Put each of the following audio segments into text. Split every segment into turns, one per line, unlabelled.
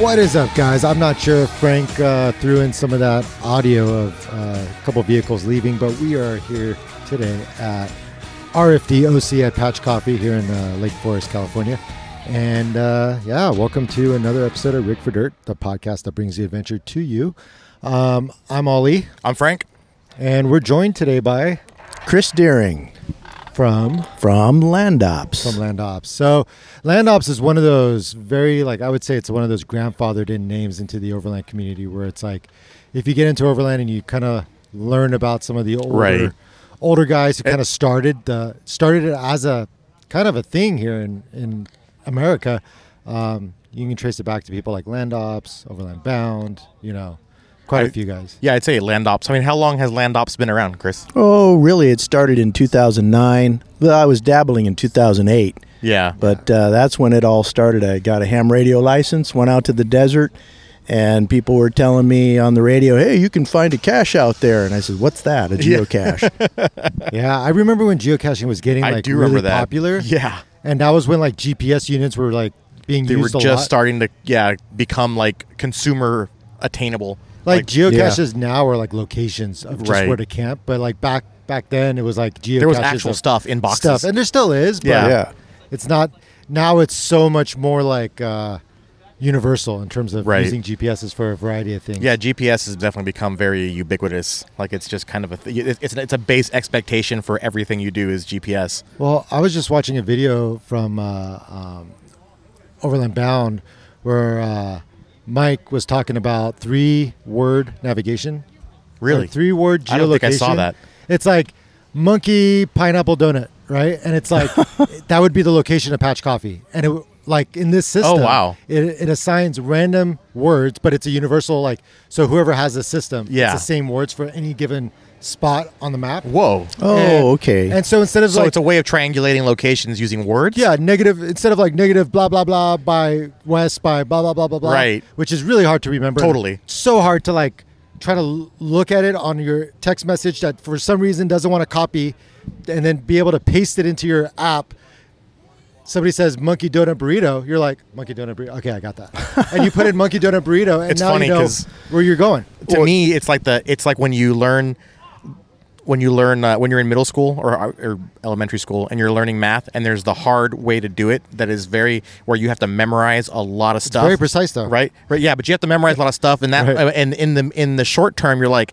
What is up, guys? I'm not sure if Frank uh, threw in some of that audio of uh, a couple vehicles leaving, but we are here today at RFD OC at Patch Coffee here in uh, Lake Forest, California. And uh, yeah, welcome to another episode of Rig for Dirt, the podcast that brings the adventure to you. Um, I'm Ali,
I'm Frank.
and we're joined today by
Chris Deering
from
from Landops.
from Land Ops. So Land Ops is one of those very like I would say it's one of those grandfathered in names into the Overland community where it's like if you get into Overland and you kind of learn about some of the older
Right. Eh
older guys who kind of started the started it as a kind of a thing here in in America, um, you can trace it back to people like Land Ops, Overland Bound, you know, quite a
I-
few guys.
Yeah, I'd say Land Ops. I mean, how long has Land Ops been around, Chris?
oh, really? It started in 2009. Well, I was dabbling in 2008,
Yeah.
but uh, that's when it all started. I got a ham radio license, went out to the desert, and people were telling me on the radio, "Hey, you can find a cache out there." And I said, "What's that? A geocache?"
Yeah, I remember when geocaching was getting like
I do
really
remember that.
popular.
Yeah.
And that was when like GPS units were like being
They were
used
just
a lot.
starting to yeah, become like consumer attainable.
like, geocaches now are like locations of just
Right.
where to camp, but like back back then it was like geocaches.
there was actual
of
stuff in boxes.
stuff, and there still is. But
Yeah.
Yeah.
it's not now. It's so much more like uh, universal in terms of
Right.
using GPSs for a variety of things.
yeah, GPS has definitely become very ubiquitous. Like it's just kind of a th- it- it's it's a base expectation for everything you do is GPS.
Well, I was just watching a video from uh, um, Overland Bound where uh, Mike was talking about three word navigation.
Really?
Three word geolocation.
I don't think I saw that.
It's like monkey pineapple donut, right? And it's like that would be the location of Patch Coffee. And it w- like in this system,
Oh, wow.
it, it assigns random words, but it's a universal like so whoever has the system,
Yeah.
it's the same words for any given spot on the map.
Whoa.
And-
oh, okay.
And so instead of
So
like
it's a way of triangulating locations using words.
yeah, negative instead of like negative blah blah blah by west by blah blah blah blah blah.
Right.
Which is really hard to remember.
Totally.
So hard to like try to l- look at it on your text message that for some reason doesn't want to copy, and then be able to paste it into your app. Somebody says monkey donut burrito. You're like monkey donut burrito. Okay, I got that. and you put in monkey donut burrito, and
It's
now
funny
you know
'cause-
where you're going.
to me it's like the it's like when you learn when you learn uh, when you're in middle school or, uh, or elementary school and you're learning math and there's the hard way to do it that is very where you have to memorize a lot of stuff
very precise, though.
right right yeah but you have to memorize a lot of stuff and that
Right.
uh, and in the in the short term you're like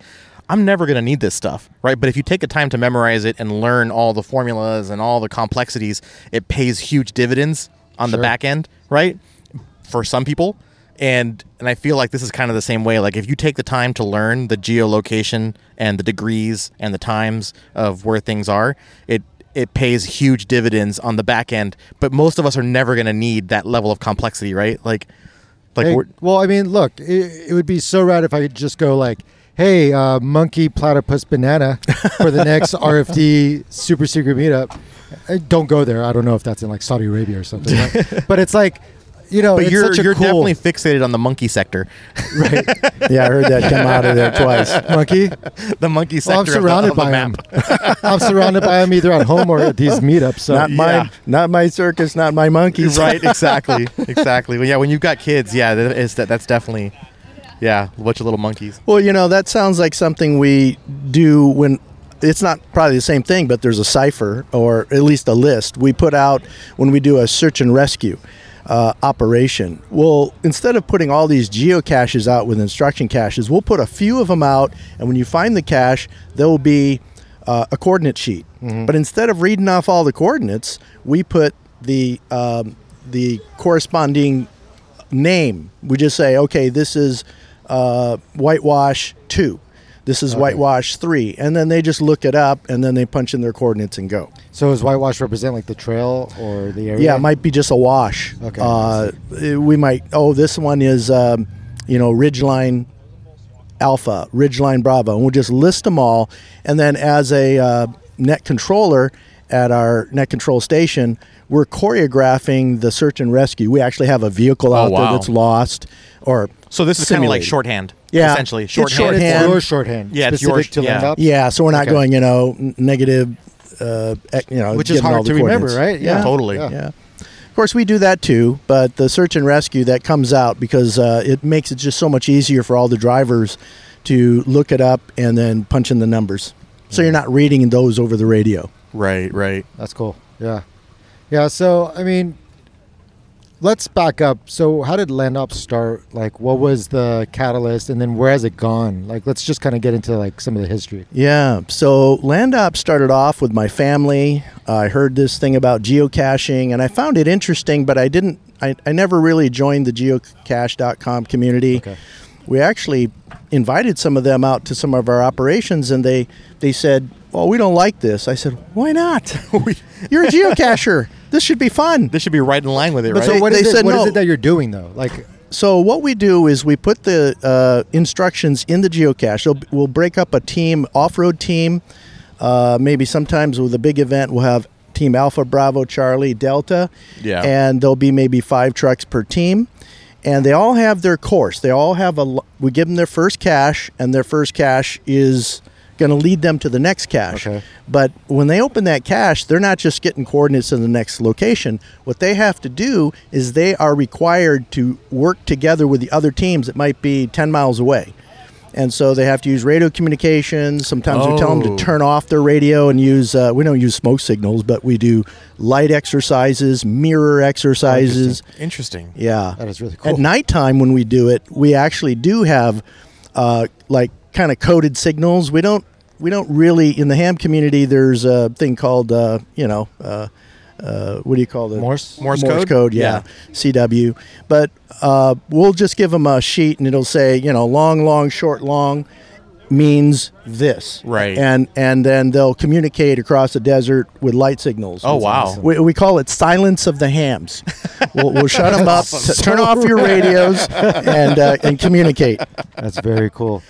I'm never going to need this stuff right but if you take the time to memorize it and learn all the formulas and all the complexities it pays huge dividends on the
Sure.
back end right for some people and and i feel like this is kind of the same way like if you take the time to learn the geolocation and the degrees and the times of where things are it it pays huge dividends on the back end but most of us are never going to need that level of complexity right like like
Hey,
we're,
well, I mean, look, it, it would be so rad if I could just go like, "Hey, uh, monkey platypus banana" for the next RFD super secret meetup. Uh, Don't go there. I don't know if that's in like Saudi Arabia or something, right? but it's like, you know,
but
it's
you're
such a
you're
cool
definitely fixated on the monkey sector
yeah, I heard that come out of there twice.
monkey.
the monkey sector
Well, I'm
of
surrounded
the- of the,
by him.
map
I'm surrounded by him either at home or at these meetups. So
Not
Yeah.
my, not my circus, not my monkeys.
right exactly exactly well, yeah when you've got kids yeah that is that that's definitely yeah bunch of little monkeys
Well, you know, that sounds like something we do when it's not probably the same thing, but there's a cipher or at least a list we put out when we do a search and rescue uh, operation. Well, instead of putting all these geocaches out with instruction caches, we'll put a few of them out, and when you find the cache, there will be uh, a coordinate sheet. But instead of reading off all the coordinates, we put the um, the corresponding name. We just say, okay, this is uh, whitewash two, this is whitewash three, and then they just look it up and then they punch in their coordinates and go.
so does whitewash represent like the trail or the area?
Yeah, it might be just a wash.
Okay, I
Uh, it- we might. Oh, this one is, um, you know, Ridgeline Alpha, Ridgeline Bravo, and we'll just list them all. And then as a uh, net controller at our net control station, we're choreographing the search and rescue. We actually have a vehicle out
Oh, wow.
there that's lost or
so this is kind of like
simulated.
shorthand
Yeah.
essentially
It's
shorthand,
It's
shorthand.
your shorthand.
Yeah, it's
specific
yours-
to
yeah.
land up?
Yeah, so we're not
Okay.
going, you know, n- negative, uh, ec- you know,
Which is
given all
hard
the
to remember,
coordinates.
right?
Yeah, totally.
Yeah. Of course, we do that too, but the search and rescue that comes out because uh, it makes it just so much easier for all the drivers to look it up and then punch in the numbers. So you're not reading those over the radio.
Right, right.
That's cool. Yeah. Yeah. So, I mean, let's back up. So, how did Land Up start? Like, what was the catalyst? And then where has it gone? Like, let's just kind of get into like some of the history.
Yeah. So Landop started off with my family. I heard this thing about geocaching and I found it interesting, but I didn't, I, I never really joined the geocache.com community.
Okay.
We actually invited some of them out to some of our operations and they, they said, well, we don't like this. I said, why not? You're a geocacher. this should be fun.
This should be right in line with it, right?
so
So, what is
They
it? What is
said no.
it that you're doing though? Like,
So what we do is we put the uh, instructions in the geocache. So we'll break up a team, off-road team. Uh, maybe sometimes with a big event, we'll have Team Alpha, Bravo, Charlie, Delta.
Yeah.
And there'll be maybe five trucks per team, and they all have their course. They all have a. l- We give them their first cache, and their first cache is going to lead them to the next cache.
Okay.
But when they open that cache, they're not just getting coordinates in the next location. What they have to do is they are required to work together with the other teams that might be 10 miles away. And so they have to use radio communications. Sometimes we tell them
Oh.
to turn off their radio and use, uh, we don't use smoke signals, but we do light exercises, mirror exercises.
Interesting.
Yeah.
That is really cool.
At nighttime, when we do it, we actually do have uh, like kind of coded signals. We don't we don't really in the ham community. There's a thing called uh, you know. Uh, uh, what do you call the
Morse-
Morse code?
yeah, CW. But uh, we'll just give them a sheet, and it'll say, you know, long, long, short, long means this,
Right.
And and then they'll communicate across the desert with light signals.
Oh,
It's
wow.
awesome. We, we call it silence of the hams. We'll, we'll shut them up,
Awesome.
t- turn off your radios, and uh, and communicate.
that's very cool.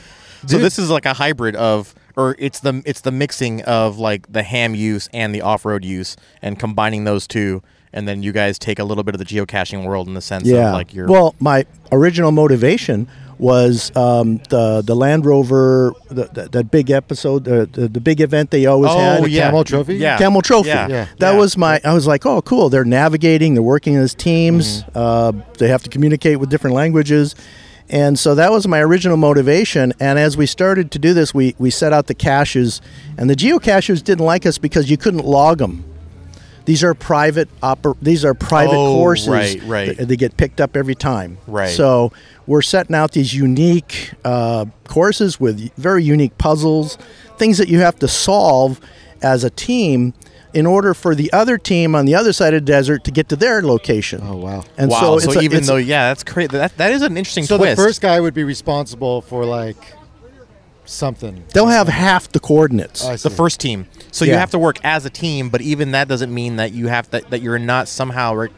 So this is like a hybrid of, or it's the it's the mixing of like the ham use and the off road use, and combining those two, and then you guys take a little bit of the geocaching world in the sense of like your
well, my original motivation was um, the the Land Rover, the, the, that big episode, the, the the big event they always had.
Camel Trophy?
Oh, yeah,
Camel Trophy.
yeah,
Yeah.
That
yeah.
was my. I was like, oh, cool. They're navigating. They're working as teams.
Mm-hmm.
Uh, they have to communicate with different languages, and so that was my original motivation. And as we started to do this, we we set out the caches, and the geocaches didn't like us because you couldn't log them. These are private oper- These are private
Oh,
courses.
right, right.
They, they get picked up every time.
Right.
So we're setting out these unique uh, courses with very unique puzzles, things that you have to solve as a team in order for the other team on the other side of the desert to get to their location.
Oh, wow.
And
wow. So,
it's a-
even
it's a-
though yeah, that's crazy. That that is an interesting
So
twist.
the first guy would be responsible for like something.
they'll have half the coordinates.
I
the
see.
first team. So you
Yeah.
have to work as a team, but even that doesn't mean that you have that that you're not somehow re-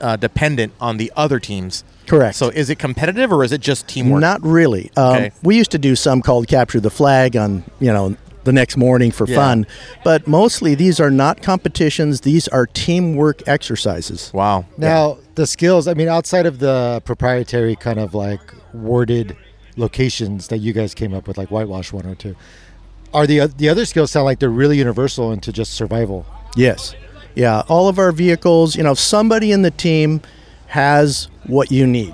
uh, dependent on the other teams.
Correct.
So is it competitive or is it just teamwork?
Not really. Um,
Okay.
We used to do some called capture the flag on you know the next morning for
Yeah.
fun, but mostly these are not competitions. These are teamwork exercises.
wow.
Now the skills. I mean, outside of the proprietary kind of like worded locations that you guys came up with, like Whitewash 102, are the oth- the other skills sound like they're really universal into just survival?
Yes. Yeah. All of our vehicles, you know, if somebody in the team has what you need.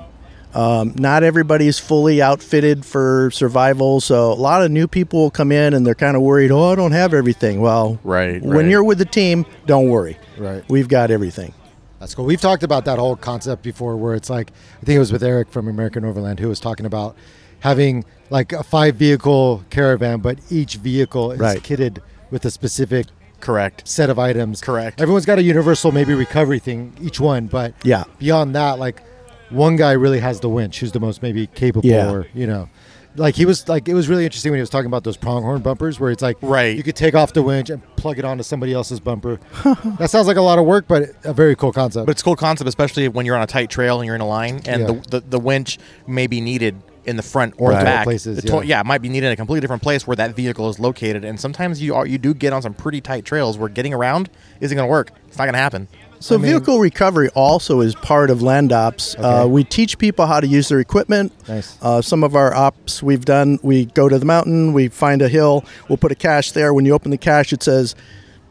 Um, not everybody is fully outfitted for survival, so a lot of new people will come in and they're kind of worried. Oh, I don't have everything. Well,
Right,
When
right.
you're with the team, don't worry.
Right.
We've got everything.
That's cool. We've talked about that whole concept before where it's like, I think it was with Eric from American Overland who was talking about having like a five vehicle caravan, but each vehicle is
Right.
kitted with a specific
Correct.
set of items.
Correct.
Everyone's got a universal, maybe recovery thing, each one, but
Yeah.
beyond that, like one guy really has the winch who's the most maybe capable
Yeah.
or, you know. Like he was like it was really interesting when he was talking about those pronghorn bumpers where it's like
Right.
you could take off the winch and plug it onto somebody else's bumper. that sounds like a lot of work, but a very cool concept.
But it's a cool concept, especially when you're on a tight trail and you're in a line, and
Yeah.
the, the the winch may be needed in the front or
Right.
the back.
Places,
The to-
yeah.
yeah, it might be needed in a completely different place where that vehicle is located. And sometimes you are you do get on some pretty tight trails where getting around isn't going to work. It's not going to happen.
So vehicle recovery also is part of land ops. Uh, we teach people how to use their equipment.
Nice.
Uh, some of our ops we've done, we go to the mountain, we find a hill, we'll put a cache there. When you open the cache, it says,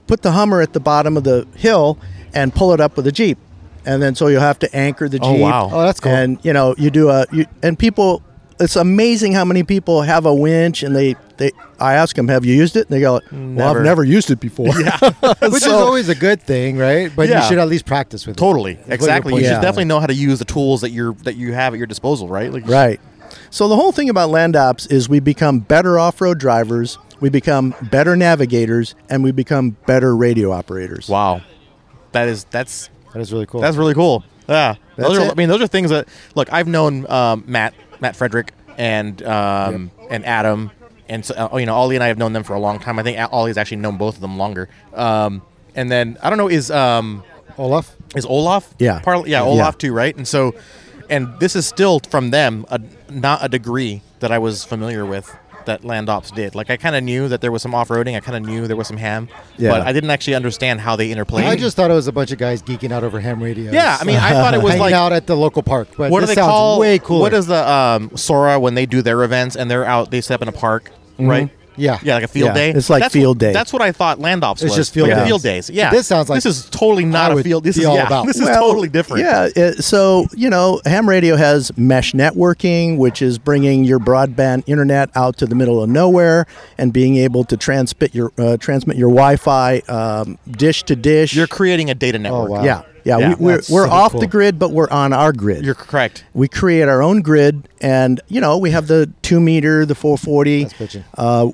put the Hummer at the bottom of the hill and pull it up with a Jeep. and then so you'll have to anchor the jeep.
Oh, wow.
Oh, that's cool.
And you know you do a you, and people. It's amazing how many people have a winch and they they. I ask them, "Have you used it?" And they go, "Well,
Never.
I've never used it before." Yeah.
Which is always a good thing, right? But
Yeah.
you should at least practice with it.
Totally,
Is what your
exactly. You
point
should
is.
Yeah.
definitely know how to use the tools that you're that you have at your disposal, right? Like,
Right. So the whole thing about land ops is we become better off-road drivers, we become better navigators, and we become better radio operators.
Wow, that is that's
That is really cool.
that's really cool. Yeah, those
That's
are.
it.
I mean, those are things that look. I've known um, Matt Matt Frederick and um, and Adam and so, uh, you know Ollie and I have known them for a long time. I think Ollie's actually known both of them longer. Um, and then I don't know is um,
Olaf.
is Olaf?
Yeah.
Parla- yeah,
Yeah.
Olaf too, right? And so, and this is still from them, a, not a degree that I was familiar with that Land Ops did. Like I kind of knew that there was some off roading, I kind of knew there was some ham,
Yeah.
but I didn't actually understand how they interplayed.
I just thought it was a bunch of guys geeking out over ham radio.
yeah, I mean, I thought it was
hanging
like
out at the local park. But
what do
this
they
sounds
call
way cooler.
What is the um, Sora when they do their events and they're out? They set up in a park, right?
Mm-hmm. Yeah.
yeah, like a field
Yeah,
day.
it's like
That's
field
what-
day.
That's what I thought land ops
It's
was.
just field
like
days.
field days. Yeah,
This sounds like
this is totally not
I
a
would
field. This
be
is
all
yeah,
about.
This is
Well,
totally different.
Yeah. uh, so, you know, ham radio has mesh networking, which is bringing your broadband internet out to the middle of nowhere and being able to transmit your uh, transmit your Wi-Fi um, dish to dish.
You're creating a data network.
Oh, wow.
yeah. Yeah,
Yeah.
we, we're,
That's
we're
so
off
cool.
the grid, but we're on our grid.
You're correct.
we create our own grid and you know we have the two meter the 440
That's bitchin'.
uh,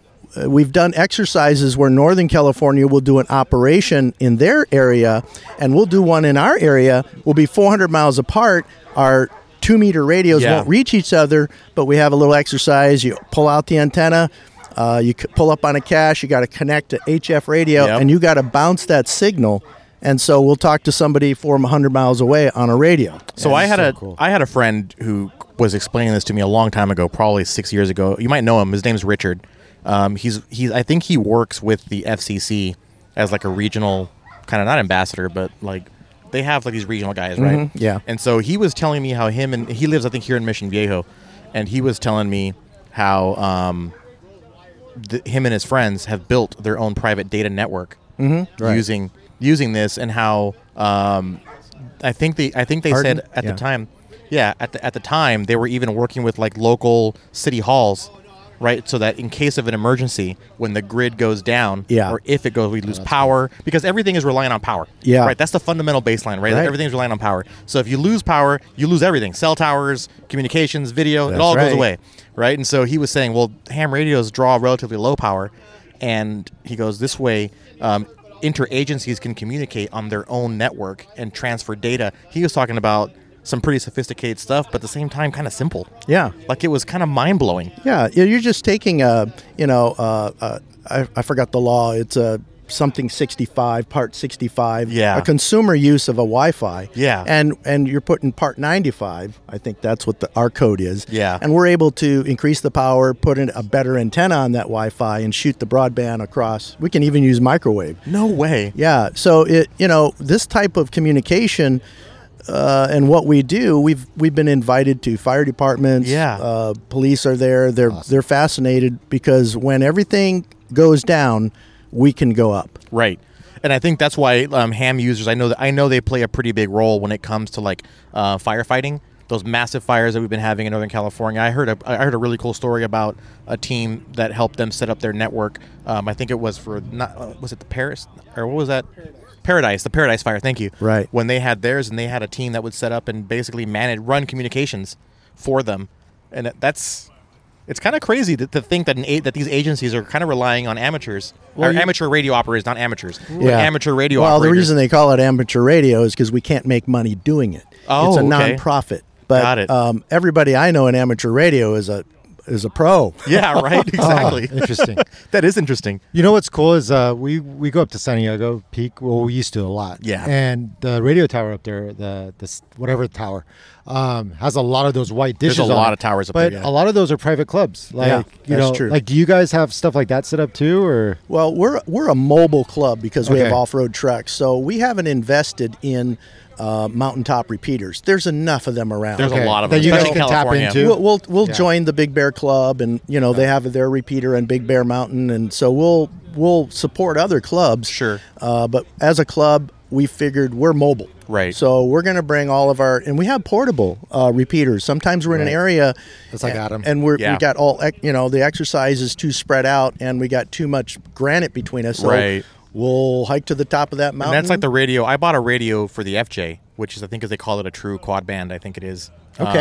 we've done exercises where northern california will do an operation in their area and we'll do one in our area we'll be 400 miles apart our two meter radios
Yeah.
won't reach each other but we have a little exercise you pull out the antenna uh, you c- pull up on a cache you got to connect to hf radio
Yep.
and you got to bounce that signal and so we'll talk to somebody from 100 miles away on a radio
So I had a I had a friend who was explaining this to me a long time ago, probably six years ago. You might know him. His name's Richard. Um, he's he's I think he works with the FCC as like a regional kind of not ambassador, but like they have like these regional guys, right?
yeah.
And so he was telling me how him and he lives I think here in Mission Viejo, and he was telling me how um, th- him and his friends have built their own private data network
Mm-hmm.
Right.
using using this, and how um, I think they I think they
Arden?
said at
Yeah.
the time, yeah, at the at the time they were even working with like local city halls, right? So that in case of an emergency, when the grid goes down,
Yeah.
or if it goes, we lose power because everything is reliant on power.
Yeah.
right. That's the fundamental baseline, right?
Right.
Everything's reliant on power. So if you lose power, you lose everything: cell towers, communications, video. it
That's
all goes
right.
away right? And so he was saying, well, ham radios draw relatively low power, and he goes this way. Um, interagencies can communicate on their own network and transfer data. He was talking about some pretty sophisticated stuff, but at the same time, kind of simple.
Yeah.
like it was kind of mind blowing.
Yeah, you- you're just taking a, you know, uh, uh, I, I forgot the law. It's a something 65, part 65.
Yeah.
A consumer use of a Wi-Fi.
Yeah.
And and you're putting part 95. I think that's what the, our code is.
Yeah.
And we're able to increase the power, put in a better antenna on that Wi-Fi, and shoot the broadband across. We can even use microwave.
No way.
Yeah. So it, you know, this type of communication uh, and what we do, we've we've been invited to fire departments.
Yeah.
Uh, police are there. They're they're fascinated because when everything goes down, we can go up.
Right. And I think that's why um, ham users. I know that I know they play a pretty big role when it comes to like uh, firefighting. Those massive fires that we've been having in Northern California. I heard a I heard a really cool story about a team that helped them set up their network. Um, I think it was for not uh, was it the Paris or what was that? Paradise, the Paradise Fire. Thank you.
Right.
When they had theirs, and they had a team that would set up and basically manage run communications for them, and that- that's. It's kind of crazy that to think that an a- that these agencies are kind of relying on amateurs or
you-
amateur radio operators, not amateurs. Like amateur radio
Well, the
operators.
reason they call it amateur radio is because we can't make money doing it.
Oh,
it's a
okay.
nonprofit. But
Got it.
Um, everybody I know in amateur radio is a is a pro.
yeah, right,
Oh,
exactly.
Oh, Interesting.
that is interesting.
You know what's cool is uh, we we go up to San Diego Peak. Well, we used to a lot.
Yeah.
And the radio tower up there, the this whatever tower, um, has a lot of those white
There's
dishes.
a
on
lot
it.
of towers up
but
there, yeah.
a lot of those are private clubs. Like
Yeah,
you
that's
know,
true.
like do you guys have stuff like that set up too, or
Well, we're we're a mobile club because we have
Okay.
off-road trucks, so we haven't invested in uh, mountaintop repeaters. There's enough of them around.
There's
Okay,
a lot of
that
them,
you guys
especially
can tap
California.
into?
We'll we'll, we'll
Yeah.
join the Big Bear Club, and you know they have their repeater in Big Bear Mountain, and so we'll we'll support other clubs.
Sure.
uh, but as a club, we figured we're mobile.
Right.
So we're going to bring all of our, and we have portable uh, repeaters. Sometimes we're in
Right.
an area.
That's like Adam.
And we're,
Yeah.
we got all, ec- you know, the exercise is too spread out and we got too much granite between us. So
Right.
We'll hike to the top of that mountain.
And that's like the radio. I bought a radio for the FJ, which is I think as they call it a true quad band. I think it is.
Oh.
Um,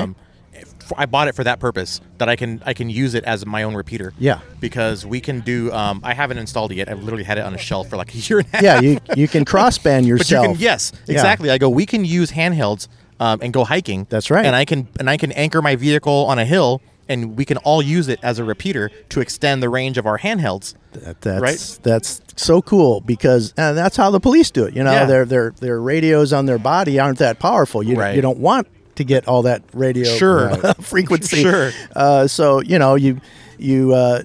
Okay.
f- I bought it for that purpose that I can I can use it as my own repeater.
Yeah.
Because we can do. Um, I haven't installed it yet. I've literally had it on a shelf for like a year and a half.
yeah, you, you can cross band
But you
yourself.
can yes,
Yeah.
exactly. I go. We can use handhelds um, and go hiking.
That's right.
And I can and I can anchor my vehicle on a hill, and we can all use it as a repeater to extend the range of our handhelds.
That, that's
Right?
that's so cool because and that's how the police do it. You know,
Yeah.
their their their radios on their body aren't that powerful. You
Right.
you don't want to get all that radio
Sure.
frequency.
Sure.
Uh, so you know you you uh,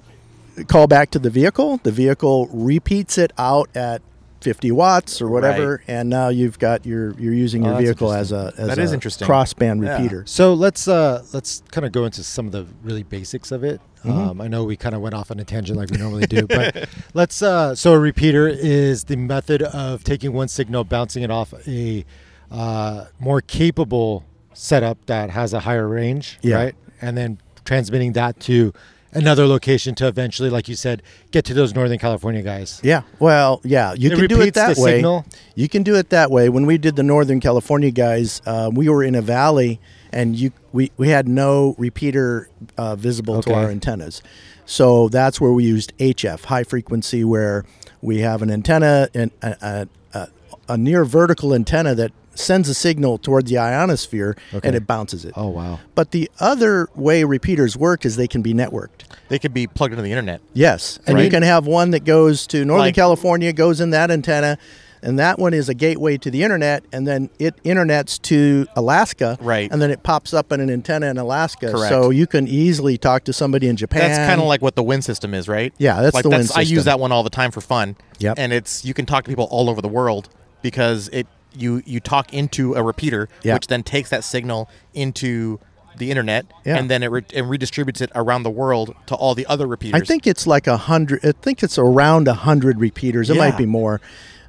call back to the vehicle. The vehicle repeats it out at. 50 watts or whatever and now you've got your you're using your
Oh, that's
vehicle as a as
That
a
is interesting.
crossband repeater
So let's uh, let's kind of go into some of the really basics of it. Um, I know we kind of went off on a tangent like we normally do, but let's. Uh, so a repeater is the method of taking one signal, bouncing it off a uh, more capable setup that has a higher range,
Yeah.
right? And then transmitting that to another location to eventually, like you said, get to those Northern California guys.
Yeah. Well, yeah, you
It
can do it
repeats
that
the
way.
signal?
You can do it that way. When we did the Northern California guys, uh, we were in a valley, and you we, we had no repeater uh, visible to
Okay.
our antennas, so that's where we used HF, high frequency, where we have an antenna and a, a, a, a near vertical antenna that sends a signal toward the ionosphere, and it bounces it.
Oh wow!
But the other way repeaters work is they can be networked.
They could be plugged into the internet.
Yes, and you
Right.
can have one that goes to Northern
Like-
California, goes in that antenna, and that one is a gateway to the internet, and then it internets to Alaska,
Right.
And then it pops up in an antenna in Alaska,
Correct.
so you can easily talk to somebody in Japan.
That's kind of like what the Win system is, right?
Yeah, that's
like
the Win
I use
system.
that one all the time for fun.
Yep.
And it's you can talk to people all over the world because it you you talk into a repeater,
Yeah.
which then takes that signal into the internet,
Yeah.
and then it, re- it redistributes it around the world to all the other repeaters.
I think it's like a hundred. I think it's around a hundred repeaters. It
Yeah.
might be more.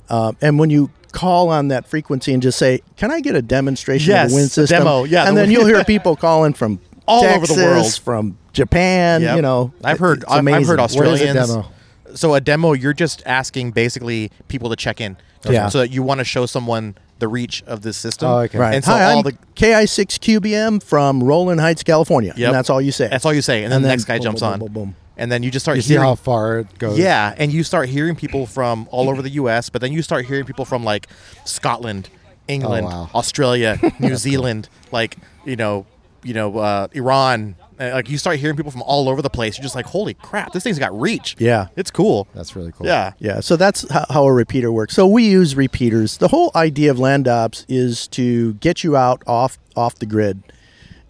Um, and when you call on that frequency and just say, "Can I get a demonstration of
Yes,
the
a
wind system?"
demo, yeah,
and
the
then
Win-
you'll hear people calling from
All over the
Texas,
world.
from Japan.
Yep.
You know,
I've
It-
heard
it's
I've, I've
amazing.
heard Australians.
demo?
So a demo, you're just asking basically people to check in,
Yeah.
so that you want to show someone the reach of this system.
Oh, okay.
Right.
And so
Hi,
all
I'm
the
KI6QBM from Roland Heights, California.
Yep.
And that's all you say.
That's all you say, and then
And
the
then
next guy
boom,
jumps
boom,
on,
boom, boom.
and then you just start
You see
hearing.
how far it goes.
yeah, and you start hearing people from all over the U.S., but then you start hearing people from like Scotland,
Oh,
England,
wow.
Australia, New Zealand, like you know, you know, uh, Iran. Uh, Like you start hearing people from all over the place. You're just like, holy crap, this thing's got reach.
Yeah.
it's cool.
that's really cool.
yeah,
Yeah, so that's how, how a repeater works. So we use repeaters. The whole idea of land ops is to get you out off off the grid,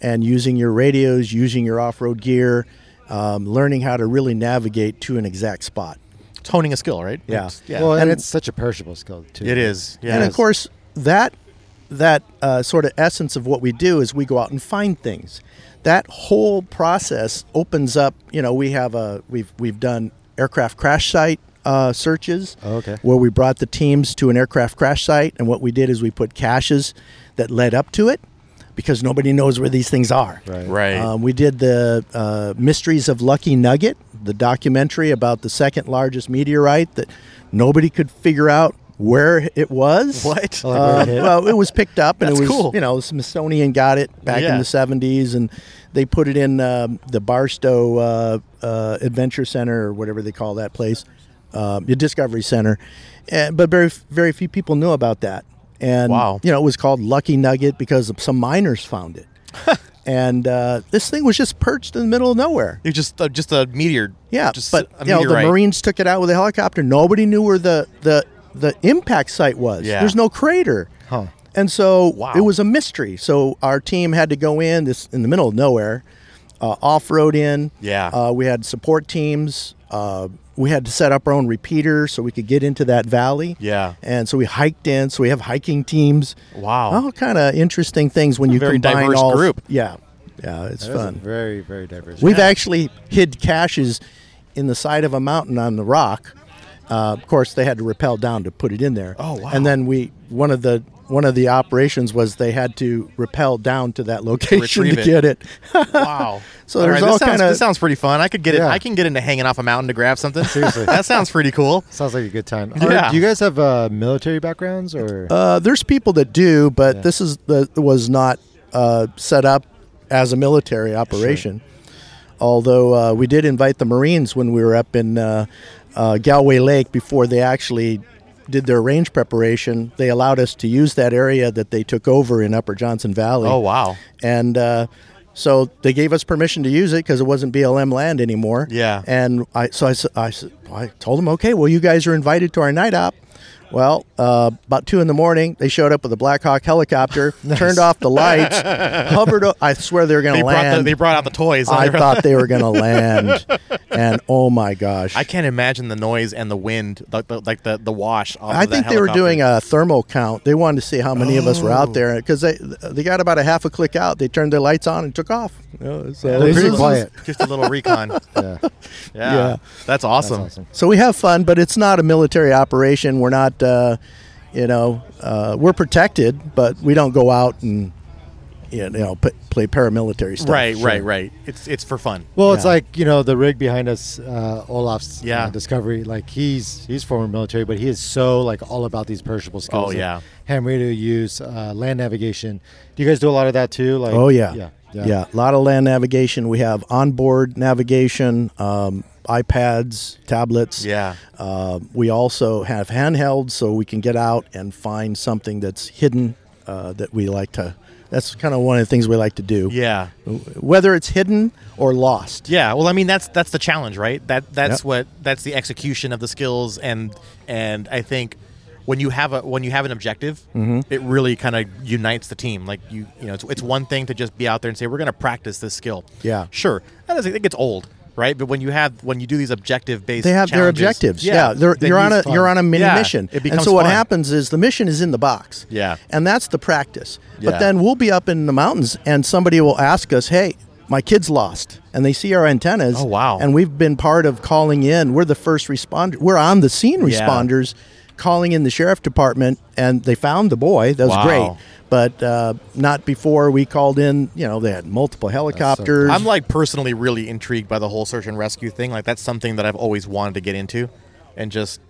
and using your radios, using your off road gear, um, learning how to really navigate to an exact spot.
toning a skill, right?
Yeah.
It's- yeah.
Well, and,
And-
it's such a perishable skill too.
it is. Yeah,
And of course, that that uh, sort of essence of what we do is we go out and find things. That whole process opens up. You know, we have a we've we've done aircraft crash site uh, searches.
Oh, okay.
Where we brought the teams to an aircraft crash site, and what we did is we put caches that led up to it, because nobody knows where these things are.
Right.
right.
Um, we did the uh, Mysteries of Lucky Nugget, the documentary about the second largest meteorite that nobody could figure out where it was.
what?
Oh, I like where
Uh,
it hit.
well, it was picked up, and it
That's
was
cool.
you know the Smithsonian got it back
Yeah.
in the '70s, and they put it in um, the Barstow uh, uh, Adventure Center or whatever they call that place, um, the Discovery Center. And, but very very few people knew about that, and
Wow.
you know it was called Lucky Nugget because some miners found it, and uh, this thing was just perched in the middle of nowhere.
It's just uh, just a meteor.
Yeah,
just
but
a
you know the
meteorite.
Marines took it out with a helicopter. Nobody knew where the the the impact site was.
Yeah.
There's no crater.
Huh.
And so
Wow.
it was a mystery. So our team had to go in this in the middle of nowhere, uh, off road in.
Yeah.
Uh, we had support teams. Uh, we had to set up our own repeater so we could get into that valley.
Yeah.
And so we hiked in. So we have hiking teams.
Wow.
All kind of interesting things when you
very
combine
diverse
all.
group.
Yeah. Yeah, it's
That is a
fun.
very very diverse.
We've actually hid caches in the side of a mountain on the rock Uh, of course, they had to rappel down to put it in there.
Oh, wow.
And then we one of the one of the operations was they had to rappel down to that location
retrieve
to
it.
get it.
Wow.
So there's
this
all
sounds,
kinda-
this sounds pretty fun. I could get
Yeah.
it. I can get into hanging off a mountain to grab something.
Seriously.
that sounds pretty cool.
Sounds like a good time. Are-
Yeah.
do you guys have uh, military backgrounds or?
Uh, there's people that do, but
Yeah.
this is the was not uh, set up as a military operation. Although uh, we did invite the Marines when we were up in uh, uh, Galway Lake before they actually did their range preparation, they allowed us to use that area that they took over in Upper Johnson Valley.
Oh wow.
And uh, so they gave us permission to use it because it wasn't BLM land anymore.
Yeah.
And I so I, s- I s- I told them, okay, well, you guys are invited to our night op. Well, uh, about two in the morning, they showed up with a Black Hawk helicopter, turned off the lights, hovered. O- I swear they're going
They
to
brought the,
land.
they brought out the toys.
I thought they were going to land, and oh my gosh!
I can't imagine the noise and the wind, the, the, like the the wash. Off
I
of that
think they were
helicopter. Oh.
doing a thermal count. They wanted to see how many of us were out there because they they got about a half a click out. They turned their lights on and took off. Uh, so
They're
this
pretty
is-
quiet.
just a little recon. Yeah,
yeah, that's
Yeah.
That's, awesome.
awesome.
So we have fun, but it's not a military operation. We're not, uh, you know, uh, we're protected, but we don't go out and you know p- play paramilitary stuff.
Right,
Sure.
right, right. It's it's for fun.
Well, it's
Yeah.
like you know the rig behind us, uh, Olaf's uh,
Yeah.
Discovery. Like he's he's former military, but he is so like all about these perishable skills.
Oh,
like
yeah.
ham radio use, uh, land navigation. Do you guys do a lot of that too? Like
Oh yeah.
yeah,
yeah, A lot of land navigation. We have onboard navigation, um, iPads, tablets.
Yeah.
Uh, we also have handheld, so we can get out and find something that's hidden uh, that we like to. That's kind of one of the things we like to do.
Yeah.
Whether it's hidden or lost.
Yeah, well, I mean that's that's the challenge, right? That that's
Yep.
what that's the execution of the skills, and and I think when you have a when you have an objective,
Mm-hmm.
it really kind of unites the team. Like you you know, it's, it's one thing to just be out there and say we're going to practice this skill.
Yeah.
sure, that doesn't it gets old, right? But when you have when you do these objective based,
they have their objectives. Yeah, they're, you're on a you're on a mini
Yeah,
mission.
it becomes
and so what
fun.
happens is the mission is in the box.
Yeah.
and that's the practice.
Yeah.
But then we'll be up in the mountains, and somebody will ask us, "Hey, my kid's lost," and they see our antennas.
Oh, wow.
And we've been part of calling in. We're the first responder. We're on the scene responders, calling in the sheriff department, and they found the boy. That was
Wow.
great. But uh, not before we called in. You know, they had multiple helicopters.
I'm like personally really intrigued by the whole search and rescue thing. Like that's something that I've always wanted to get into, and just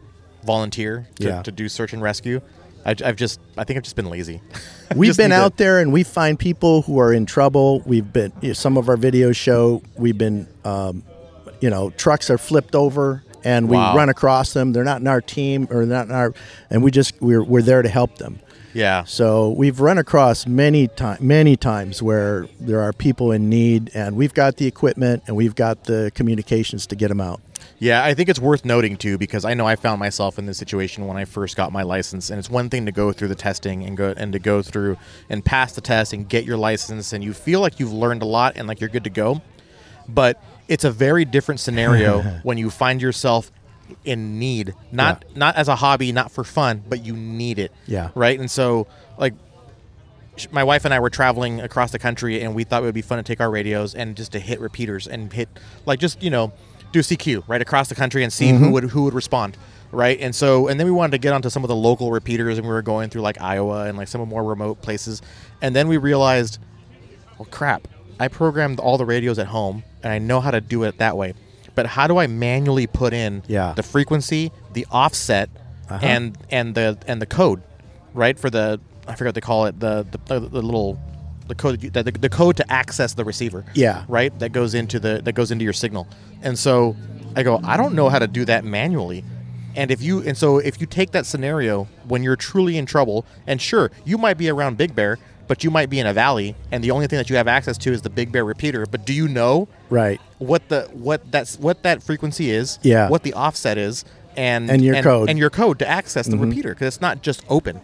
volunteer to,
Yeah.
to do search and rescue. I, have just I think I've just been lazy.
We've
Just
been
need to-
out there and we find people who are in trouble. We've been, you know, some of our videos show we've been, um, you know, trucks are flipped over and we
Wow.
run across them. They're not in our team or not in our, and we just, we're, we're there to help them.
Yeah.
So we've run across many times, many times where there are people in need and we've got the equipment and we've got the communications to get them out.
Yeah, I think it's worth noting too because I know I found myself in this situation when I first got my license, and it's one thing to go through the testing and go and to go through and pass the test and get your license, and you feel like you've learned a lot and like you're good to go, but it's a very different scenario when you find yourself in need, not not as a hobby, not for fun, but you need it.
Yeah.
Right. And so like sh- my wife and I were traveling across the country, and we thought it would be fun to take our radios and just to hit repeaters and hit like just you know do CQ right across the country and see who would who would respond right. And so and then we wanted to get onto some of the local repeaters, and we were going through like Iowa and like some of more remote places, and then we realized, well, crap, I programmed all the radios at home, and I know how to do it that way. But how do I manually put in
Yeah.
the frequency, the offset, and and the and the code, right? For the I forget what they call it the the, the, the little the code that the, the code to access the receiver.
Yeah.
Right. That goes into the that goes into your signal. And so I go, I don't know how to do that manually. And if you and so if you take that scenario when you're truly in trouble, and sure you might be around Big Bear, but you might be in a valley, and the only thing that you have access to is the Big Bear repeater. But do you know
Right.
what the what that's what that frequency is,
Yeah.
what the offset is, and
And your code. Mm-hmm.
and your code to access the repeater because it's not just open.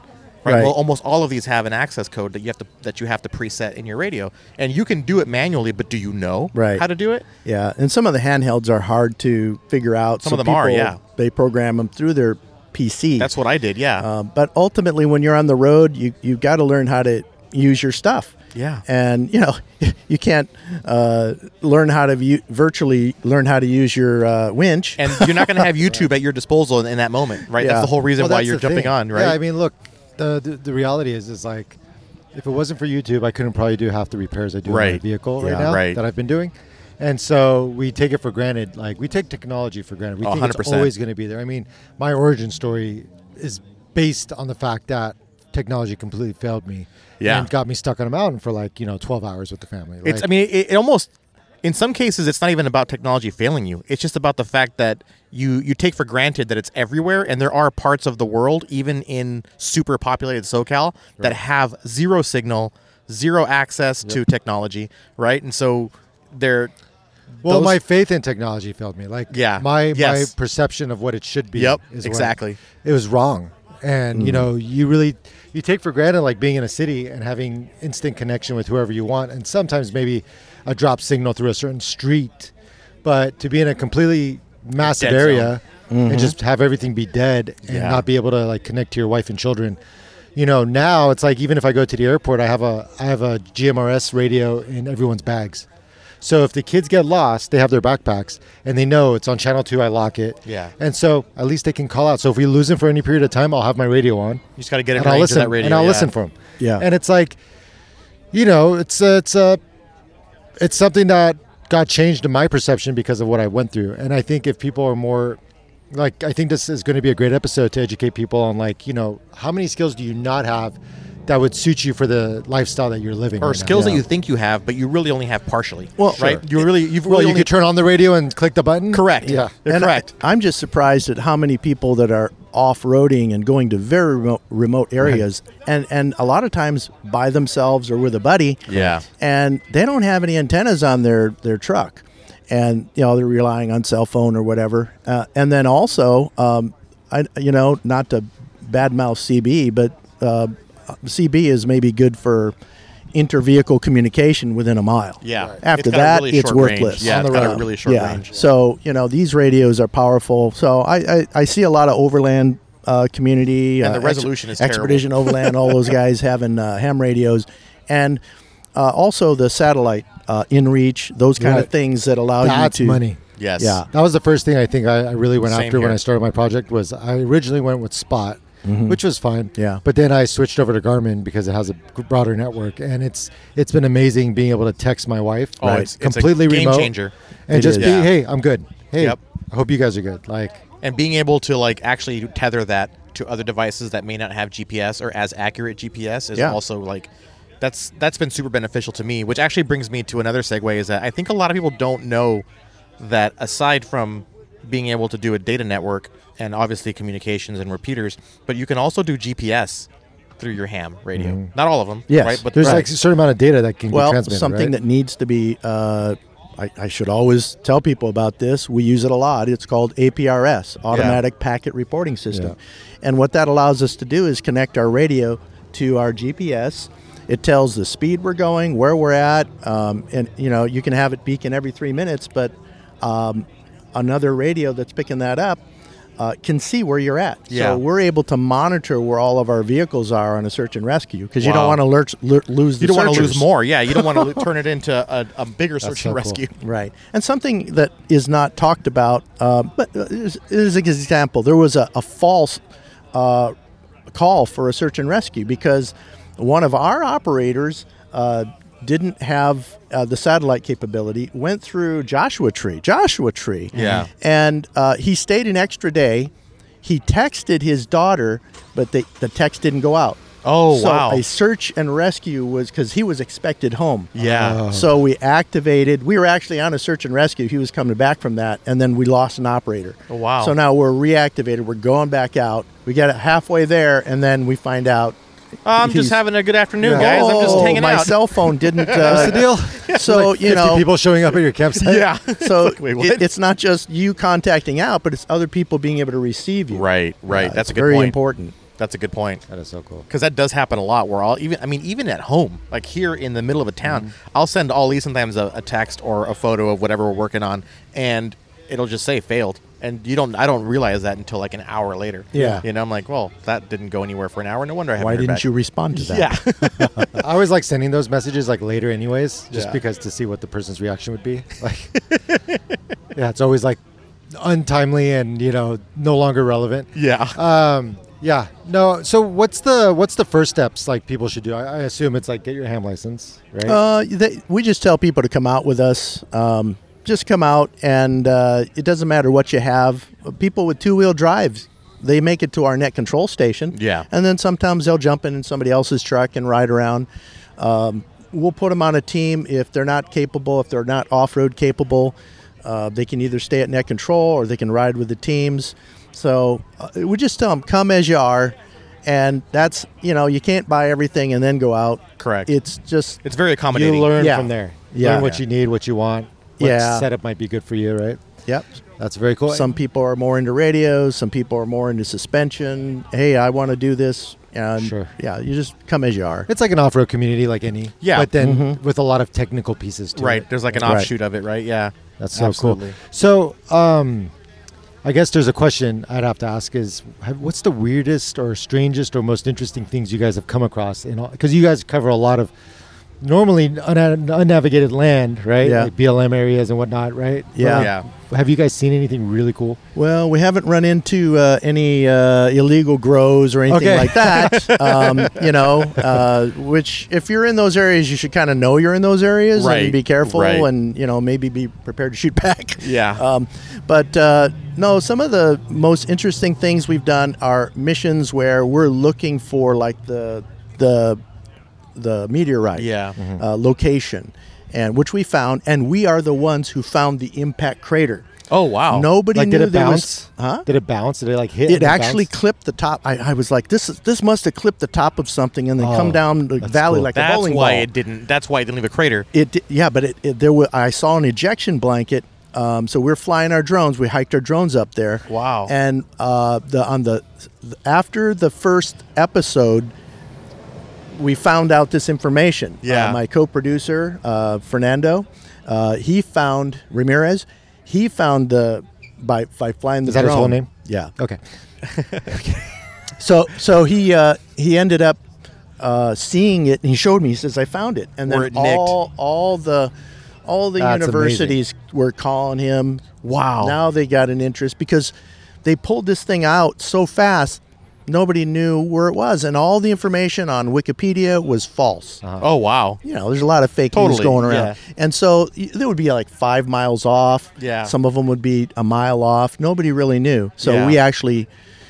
Right.
Right.
Well, almost all of these have an access code that you have to that you have to preset in your radio, and you can do it manually. But do you know
Right.
how to do it?
Yeah, and some of the handhelds are hard to figure out.
Some of them are, yeah.
They program them through their PC.
That's
Uh,
what I did. Yeah.
Um, but ultimately, when you're on the road, you you got to learn how to use your stuff.
Yeah.
and you know you can't uh, learn how to u- virtually learn how to use your uh, winch.
And you're not going to have YouTube at your disposal in, in that moment, right?
Yeah.
That's the whole reason
Well,
why
that's
you're
the
jumping
thing.
on, right?
Yeah, I mean, look, the, the the reality is is like, if it wasn't for YouTube, I couldn't probably do half the repairs I do on my
Right.
vehicle
Yeah,
right now
right.
that I've been doing. And so we take it for granted. Like we take technology for granted. We
Oh,
think it's
100%.
always going to be there. I mean, my origin story is based on the fact that technology completely failed me.
Yeah.
And got me stuck on a mountain for like you know twelve hours with the family. Like,
It's. I mean, it, it almost. In some cases, it's not even about technology failing you. It's just about the fact that you you take for granted that it's everywhere, and there are parts of the world, even in super populated SoCal, that have zero signal, zero access to technology, right? And so they're.
well,
those-
my faith in technology failed me. Like
Yeah.
my
Yes.
my perception of what it should be.
Yep,
is what-
exactly. Mm.
it was wrong and you know you really you take for granted like being in a city and having instant connection with whoever you want and sometimes maybe a drop signal through a certain street but to be in a completely massive
Dead
area Mm-hmm. and just have everything be dead and
Yeah.
not be able to like connect to your wife and children you know now it's like even if i go to the airport i have a i have a gmrs radio in everyone's bags so if the kids get lost they have their backpacks and they know it's on channel 2 i lock it
Yeah.
and so at least they can call out. So if we lose them for any period of time, I'll have my radio on
You just got to get in
and I'll
range of
listen
that radio,
and I'll
yeah.
listen for them.
Yeah.
And it's like, you know, it's uh, it's uh, it's something that got changed in my perception because of what I went through. And I think if people are more like I think this is going to be a great episode to educate people on like, you know, how many skills do you not have that would suit you for the lifestyle that you're living
or
right now?
skills
Yeah.
that you think you have, but you really only have partially.
Well,
right?
Sure.
You really, you've
Well,
really
you
only
could turn on the radio and click the button.
correct.
Yeah.
They're
And
correct.
I, am just surprised at how many people that are off-roading and going to very remote, remote areas, and and a lot of times by themselves or with a buddy.
Yeah.
And they don't have any antennas on their their truck, and you know they're relying on cell phone or whatever. Uh, and then also, um, I you know not to badmouth CB, but uh, CB is maybe good for inter-vehicle communication within a mile.
Yeah.
After
got a
that,
really
it's
short range.
worthless. Uh,
Yeah,
On
it's
the
got a
road.
really short range.
So you know these radios are powerful. So I I, I see a lot of overland uh, community
And
uh,
the resolution is terrible.
expedition overland. All those guys having uh, ham radios, and uh, also the satellite uh, in reach. Those kind
Right.
of things that allow
That's
Oh, you to
money.
Yes.
Yeah.
That was the first thing I think I, I really went
Same
after when
here.
I started my project was I originally went with Spot, which was fine.
Mm-hmm. Yeah.
But then I switched over to Garmin because it has a g- broader network, and it's it's been amazing being able to text my wife.
Oh, it's- it's a
completely
game
remote
changer.
And
It
just
is.
be
Yeah.
hey, I'm good. Hey,
Yep.
I hope you guys are good. Like
and being able to like actually tether that to other devices that may not have GPS or as accurate GPS is
Yeah.
also like that's that's been super beneficial to me. Which actually brings me to another segue is that I think a lot of people don't know that aside from being able to do a data network and obviously communications and repeaters, but you can also do GPS through your ham radio. Not all of them,
Mm-hmm. Yes.
right? But
there's
right.
like a certain amount of data that can be
well
transmitted.
something
right?
that needs to be. Uh, I, I should always tell people about this. We use it a lot. It's called APRS, Automatic Packet Reporting System. And what that allows us to do is connect our radio to our GPS. It tells the speed we're going, where we're at, um, and you know you can have it beacon every three minutes, but um, another radio that's picking that up uh, can see where you're at.
Yeah.
So we're able to monitor where all of our vehicles are on a search and rescue because you
Wow.
don't want to lurch, lur- lose the
you don't want to lose
searchers.
more. Yeah, you don't want to turn it into a, a bigger search
so
and
cool.
rescue.
Right. And something that is not talked about, uh, but is, is an example. There was a, a false uh, call for a search and rescue because one of our operators uh, didn't have uh, the satellite capability, went through Joshua Tree, Joshua Tree.
Yeah.
And uh, he stayed an extra day. He texted his daughter, but the, the text didn't go out.
Oh,
So
wow.
A search and rescue was because he was expected home.
Yeah.
So we activated. We were actually on a search and rescue. He was coming back from that, and then we lost an operator.
Oh, wow.
So now we're reactivated. We're going back out. We get halfway there, and then we find out.
I'm
he's-
just having a good afternoon,
Yeah.
guys. I'm just
"Oh,
hanging
my
out.
cell phone didn't. Uh,
What's the deal?
So
Like
you
50
know,
people showing up at your campsite.
Yeah.
Uh, so
Like, wait, what?
it- it's not just you contacting out, but it's other people being able to receive you.
Right, right.
Uh,
That's
it's
a good
very
point.
important.
That's a good point.
That is so cool.
Because that does happen a lot. Where I'll even, I mean, even at home, like here in the
Mm-hmm.
middle of a town, I'll send Ali sometimes a, a text or a photo of whatever we're working on, and it'll just say failed, and you don't. I don't realize that until like an hour later.
Yeah.
you know, I'm like, well, that didn't go anywhere for an hour. No wonder I haven't.
Why
heard
didn't
back.
you respond to that?
Yeah.
I always like sending those messages like later, anyways, just
Yeah.
because to see what the person's reaction would be. Like, yeah, it's always like untimely and you know no longer relevant.
yeah.
Uh,
Um, yeah, no. So what's the what's the first steps like people should do? I, I assume it's like get your ham license, right?
Um,
Uh, they, we just tell people to come out with us. Um, just come out, and uh, it doesn't matter what you have. People with two wheel drives, they make it to our net control station.
Yeah.
And then sometimes they'll jump in, in somebody else's truck and ride around. Um, we'll put them on a team if they're not capable, if they're not off road capable. Uh, they can either stay at net control or they can ride with the teams. So uh, we just tell them, come as you are. And that's, you know, you can't buy everything and then go out.
Correct.
It's just
it's very
you
accommodating.
learn
Yeah.
from there.
Yeah.
learn what you need, what you want. What
Yeah.
setup might be good for you, right?
Yep.
That's very cool.
Some people are more into radios. Some people are more into suspension. Hey, I want to do this. And
Sure.
yeah, you just come as you are.
it's like an off-road community, like any.
Yeah. Mm-hmm.
but then with a lot of technical pieces. To
right.
it.
There's like an
Right.
offshoot of it, right? Yeah.
That's so
Absolutely.
cool. So, um, I guess there's a question I'd have to ask: Is have, what's the weirdest or strangest or most interesting things you guys have come across? In because you guys cover a lot of normally un- unnavigated land, right?
Yeah.
Like BLM areas and whatnot, right?
Yeah.
Yeah.
Have you guys seen anything really cool?
Well, we haven't run into uh, any uh, illegal grows or anything
Okay.
like that. um, you know, uh, which if you're in those areas, you should kind of know you're in those areas
Right,
and be careful
right.
and, you know, maybe be prepared to shoot back.
Yeah.
Um, but uh, no, some of the most interesting things we've done are missions where we're looking for like the, the, the meteorite
Yeah. Mm-hmm.
uh, location, and which we found, and we are the ones who found the impact crater.
Oh wow.
Nobody
Like,
knew
did it
there
bounce?
was. Huh?
Did it bounce? Did it like hit?
It
and then
actually
bounce?
clipped the top. I, I was like, this is this must have clipped the top of something and then
Oh,
come down the
that's
valley
cool.
like a
That's
bowling
why
ball.
it didn't. That's why it didn't leave a crater.
It di- yeah, but it, it there was I saw an ejection blanket. Um, so we're flying our drones. We hiked our drones up there.
Wow.
And uh, the on the after the first episode, we found out this information.
Yeah.
Uh, my co-producer uh, Fernando, uh, he found Ramirez. He found the by by flying the
Is that his
drone.
whole name?
Yeah.
Okay.
So so he uh, he ended up uh, seeing it, and he showed me. He says, "I found it," and
Or
then
it nicked.
all all the all the
That's
universities were calling him.
Wow.
Now they got an interest because they pulled this thing out so fast. Nobody knew where it was, and all the information on Wikipedia was false.
Oh wow.
You know, there's a lot of fake news
Totally,
going around, and so y- there would be like five miles off.
Yeah.
some of them would be a mile off. Nobody really knew, so
Yeah.
we actually,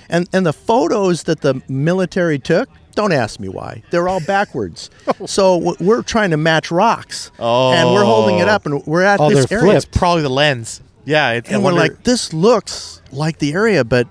and and the photos that the military took. Don't ask me why. They're all backwards. so w- we're trying to match rocks, and we're holding it
Oh. Oh.
up, and we're at
Oh,
this
they're
area,
flipped.
Probably the lens. Yeah. It, I
and
wonder-
we're like, this looks like the area, but.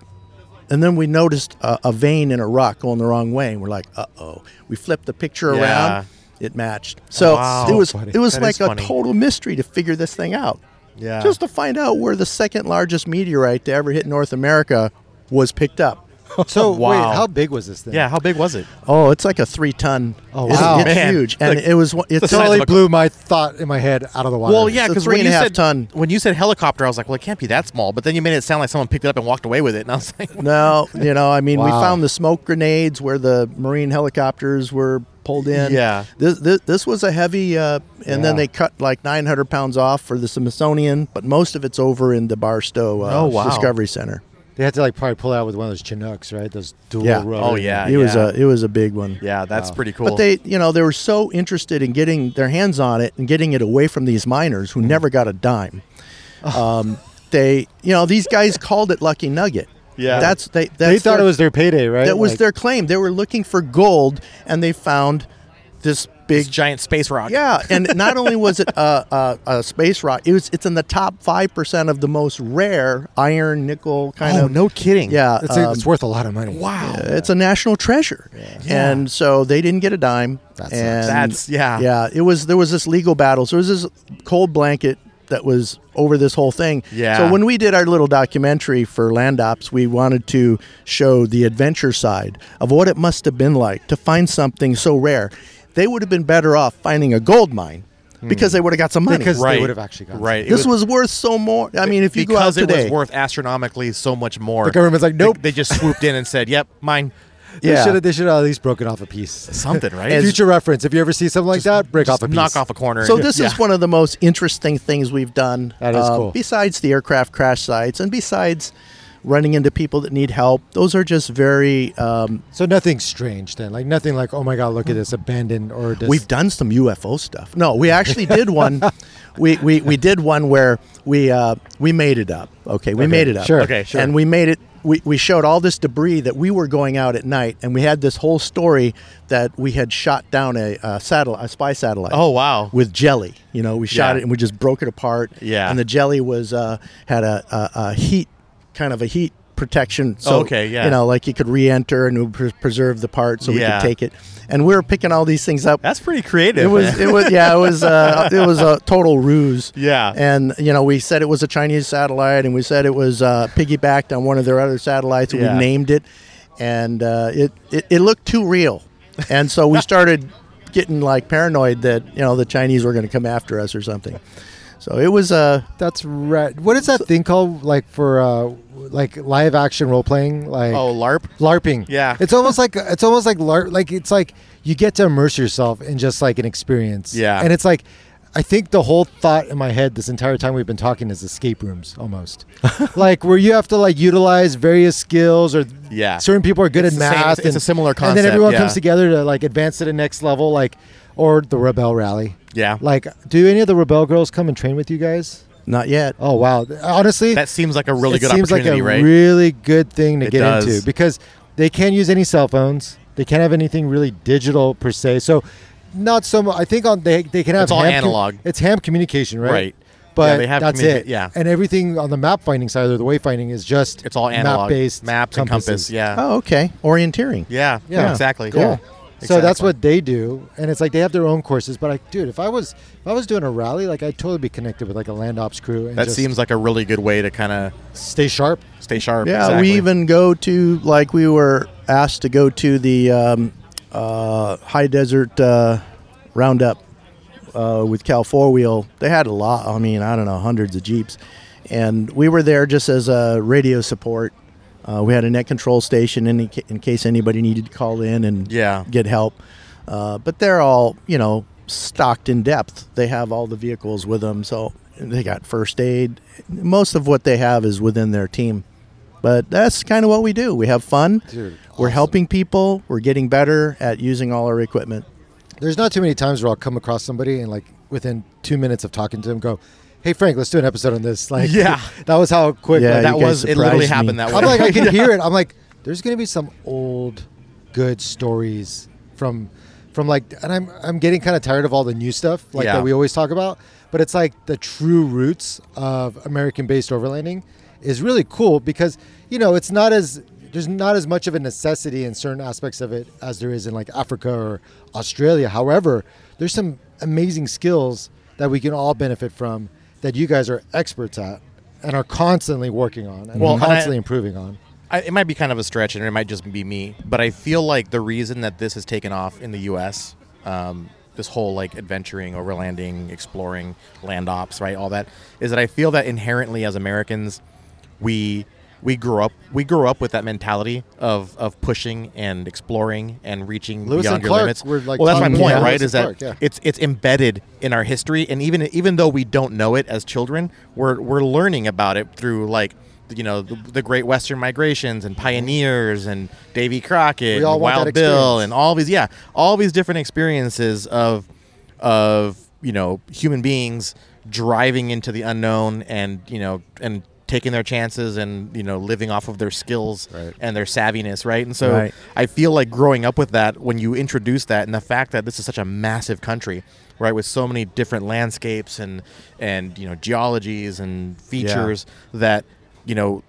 And then we noticed a, a vein in a rock going the wrong way, and we're like, "Uh oh!" We flipped the picture
Yeah.
around; it matched. So
Wow.
it was
Funny.
it was
That
like
is
a
funny.
total mystery to figure this thing out.
Yeah.
Just to find out where the second largest meteorite to ever hit North America was picked up.
So
Wow.
wait, how big was this thing?
yeah. How big was it?
Oh, it's like a three ton.
Oh,
it's,
wow.
it's
Man.
huge, and it was one- it's
the size
Totally
of a-
blew my thought in my head out of the water.
Well, yeah,
So
because
three
when
and a
you
half
said
ton.
when you said helicopter, I was like, well, it can't be that small. But then you made it sound like someone picked it up and walked away with it, and I was like,
No, you know, I mean, we
Wow.
found the smoke grenades where the Marine helicopters were pulled in.
Yeah.
This this, this was a heavy, uh, and
Yeah.
then they cut like 900 pounds off for the Smithsonian, but most of it's over in the Barstow uh,
Oh, wow.
Discovery Center.
They had to like probably pull out with one of those Chinooks, right? Those dual
Yeah.
rudder.
Oh, yeah.
it was a it was a big one.
yeah, that's pretty cool.
But they, you know, they were so interested in getting their hands on it and getting it away from these miners
Mm-hmm.
who never got a dime.
Oh.
Um, they, you know, these guys called it Lucky Nugget.
Yeah.
that's they. That's
They thought
their-
it was their payday, right?
that was
Like,
their claim. They were looking for gold, and they found this big.
This giant space rock.
yeah, and not only was it a, a, a space rock, it was it's in the top five percent of the most rare iron, nickel kind
Oh
of.
no kidding.
Yeah,
It's, a-
um,
it's worth a lot of money.
Wow.
it's a national treasure, and so they didn't get a dime.
That sucks.
and
That's- yeah.
yeah. It was there was this legal battle. So there was this cold blanket that was over this whole thing.
Yeah.
So when we did our little documentary for Land Ops, we wanted to show the adventure side of what it must have been like to find something so rare. They would have been better off finding a gold mine because they would have got some money.
Because
Right.
they would have actually gotten
right. Hmm. It
this was, worth so more. I mean, if you go out
because it
today,
was worth astronomically so much more.
The government's like,
They-
nope.
They, just swooped in and said, "Yep, mine."
They
yeah,
should have. They should have at least broken off a piece.
Something right.
And-
Future reference. If you ever see something like that, break off
Just
a piece.
knock off a corner.
So
Yeah.
this is one of the most interesting things we've done.
That is
uh,
cool.
Besides the aircraft crash sites and besides running into people that need help, those are just very. Um,
So nothing strange then, like nothing like oh my god, look at this abandoned or this.
we've done some UFO stuff. No, we actually did one. We, we, we did one where we uh, we made it up. Okay, we made it up.
sure,
Okay, sure.
And we made it. We, we showed all this debris that we were going out at night, and we had this whole story that we had shot down a, uh satellite, a spy satellite.
oh wow.
with jelly. You know, we shot
Yeah.
it and we just broke it apart.
Yeah.
And the jelly was uh, had a, a, a heat kind of a heat protection. So
Okay, yeah.
You know, like you could re-enter and it would pres- preserve the part so
Yeah.
we could take it. And we were picking all these things up.
That's pretty creative.
it was it was yeah it was uh, it was a total ruse.
Yeah.
And you know we said it was a Chinese satellite and we said it was uh, piggybacked on one of their other satellites. and
Yeah.
We named it, and uh, it, it it looked too real, and so we started getting like paranoid that you know the Chinese were going to come after us or something. So it was uh,
That's right. What is that thing called? Like for uh, like live action role playing, like
oh LARP.
LARPing.
Yeah.
it's almost like it's almost like LARP. Like it's like you get to immerse yourself in just like an experience.
Yeah.
and it's like. I think the whole thought in my head this entire time we've been talking is escape rooms almost. like where you have to like utilize various skills or
Yeah.
certain people are good
It's
at
the same-
math
it's- it's a similar
And then
concept,
everyone
yeah.
comes together to like advance to the next level like or the rebel rally.
Yeah.
Like do any of the rebel girls come and train with you guys?
not yet.
Oh wow! Honestly,
That seems like a really
it
good
seems like
opportunity,
a
right?
really good thing to
It
get
does.
into because they can't use any cell phones. They can't have anything really digital per se. So, not so much. I think on they they can have
It's all
ham com-
analog.
it's ham communication, right?
Right.
But
Yeah, they have
that's
communi-
it.
yeah.
And everything on the map finding side or the wayfinding is just
it's all analog.
map-based
maps and compass.
compasses.
Yeah.
Oh, okay. Orienteering.
yeah.
Yeah.
Exactly.
Cool. So that's
Exactly.
what they do, and it's like they have their own courses. But like, dude, if I was if I was doing a rally, like I'd totally be connected with like a land ops crew. And
That
just
seems like a really good way to kind of
stay sharp.
stay sharp.
Yeah,
Exactly.
we even go to like we were asked to go to the um, uh, high desert uh, roundup uh, with Cal Four Wheel. They had a lot. I mean, I don't know, hundreds of jeeps, and we were there just as a radio support. Uh, we had a net control station in, ca- in case anybody needed to call in and
Yeah.
get help. Uh, but they're all you know stocked in depth. They have all the vehicles with them, so they got first aid. Most of what they have is within their team. But that's kind of what we do. We have fun.
Dude,
We're
awesome.
helping people. We're getting better at using all our equipment.
there's not too many times where I'll come across somebody and like within two minutes of talking to them, go, "Hey Frank, let's do an episode on this." Like,
Yeah.
that was how quick.
Yeah,
like,
that
you guys
was it. Literally
surprised me.
happened that way.
I'm like, I can hear it. I'm like, there's gonna be some old, good stories from, from like, and I'm I'm getting kind of tired of all the new stuff like
Yeah.
that we always talk about. But it's like the true roots of American-based overlanding is really cool because you know it's not as there's not as much of a necessity in certain aspects of it as there is in like Africa or Australia. However, there's some amazing skills that we can all benefit from that you guys are experts at and are constantly working on and
Well,
well,
and I-
constantly improving on.
I, it might be kind of a stretch, and it might just be me, but I feel like the reason that this has taken off in the U.S., um, this whole like adventuring, overlanding, exploring, land ops, right, all that, is that I feel that inherently as Americans, we we grew up we grew up with that mentality of of pushing and exploring and reaching
Lewis
beyond
and
your
Clark
limits.
were, like,
well, that's my
talking
point,
about
right?
Lewis
Is
and
that
Clark, yeah.
it's it's embedded in our history and even even though we don't know it as children we're we're learning about it through like you know the, the great western migrations and pioneers and davy crockett
We all
and
want
wild
that
bill
experience.
and all these yeah all these different experiences of of you know human beings driving into the unknown and you know and taking their chances and you know living off of their skills
Right.
and their savviness right and so so
Right.
I feel like growing up with that, when you introduce that, and the fact that this is such a massive country, right, with so many different landscapes and and you know geologies and features that you know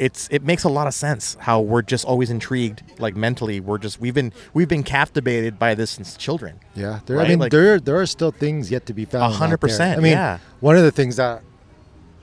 it's it makes a lot of sense how we're just always intrigued like mentally we're just we've been we've been captivated by this since children
Yeah, there.
Right?
I mean,
Like-
there there are still things yet to be found. out there.
100%,
I mean,
yeah.
one of the things that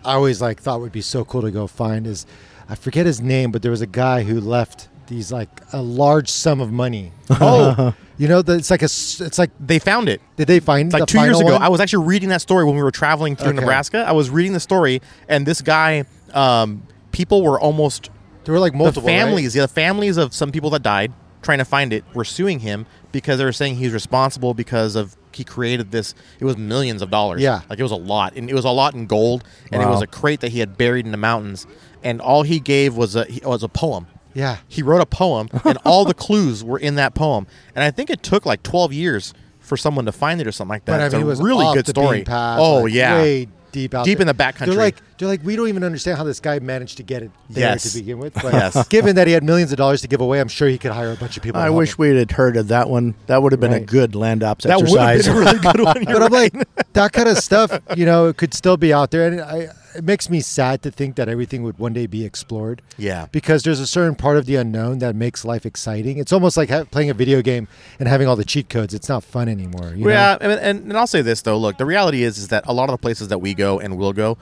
I always like thought would be so cool to go find is, I forget his name, but there was a guy who left these like a large sum of money.
Oh.
you know, the, it's like a s- it's like
They found it.
did they find
It's like
the
two years
final
ago.
one?
I was actually reading that story when we were traveling through
Okay.
Nebraska. I was reading the story, and this guy, um, people were almost
there were like
the
multiple right?
families, yeah, the families of some people that died trying to find it were suing him because they were saying he's responsible because of he created this. It was millions of dollars.
Yeah.
like it was a lot, and it was a lot in gold, and it
Wow.
was a crate that he had buried in the mountains, and all he gave was a he- oh, was a poem.
Yeah.
He wrote a poem, and all the clues were in that poem. And I think it took like 12 years for someone to find it or something like that.
But I
it's
mean,
a
it was
really
off
good
the
story.
beaten path,
oh
like,
yeah,
way deep out
Deep in the backcountry.
They're like, they're like, we don't even understand how this guy managed to get it there
Yes.
to begin with. But
Yes.
given that he had millions of dollars to give away, I'm sure he could hire a bunch of people. to
I
help
wish
him.
we had heard of that one. That would have been a
Right.
good land ops
that would have
exercise.
been a really good one.
But I'm like, that kind of stuff, you know, it could still be out there, and I, it makes me sad to think that everything would one day be explored.
Yeah.
because there's a certain part of the unknown that makes life exciting. It's almost like ha- playing a video game and having all the cheat codes. It's not fun anymore. You
yeah,
know?
and, and, and I'll say this though. Look, the reality is is that a lot of the places that we go and will go,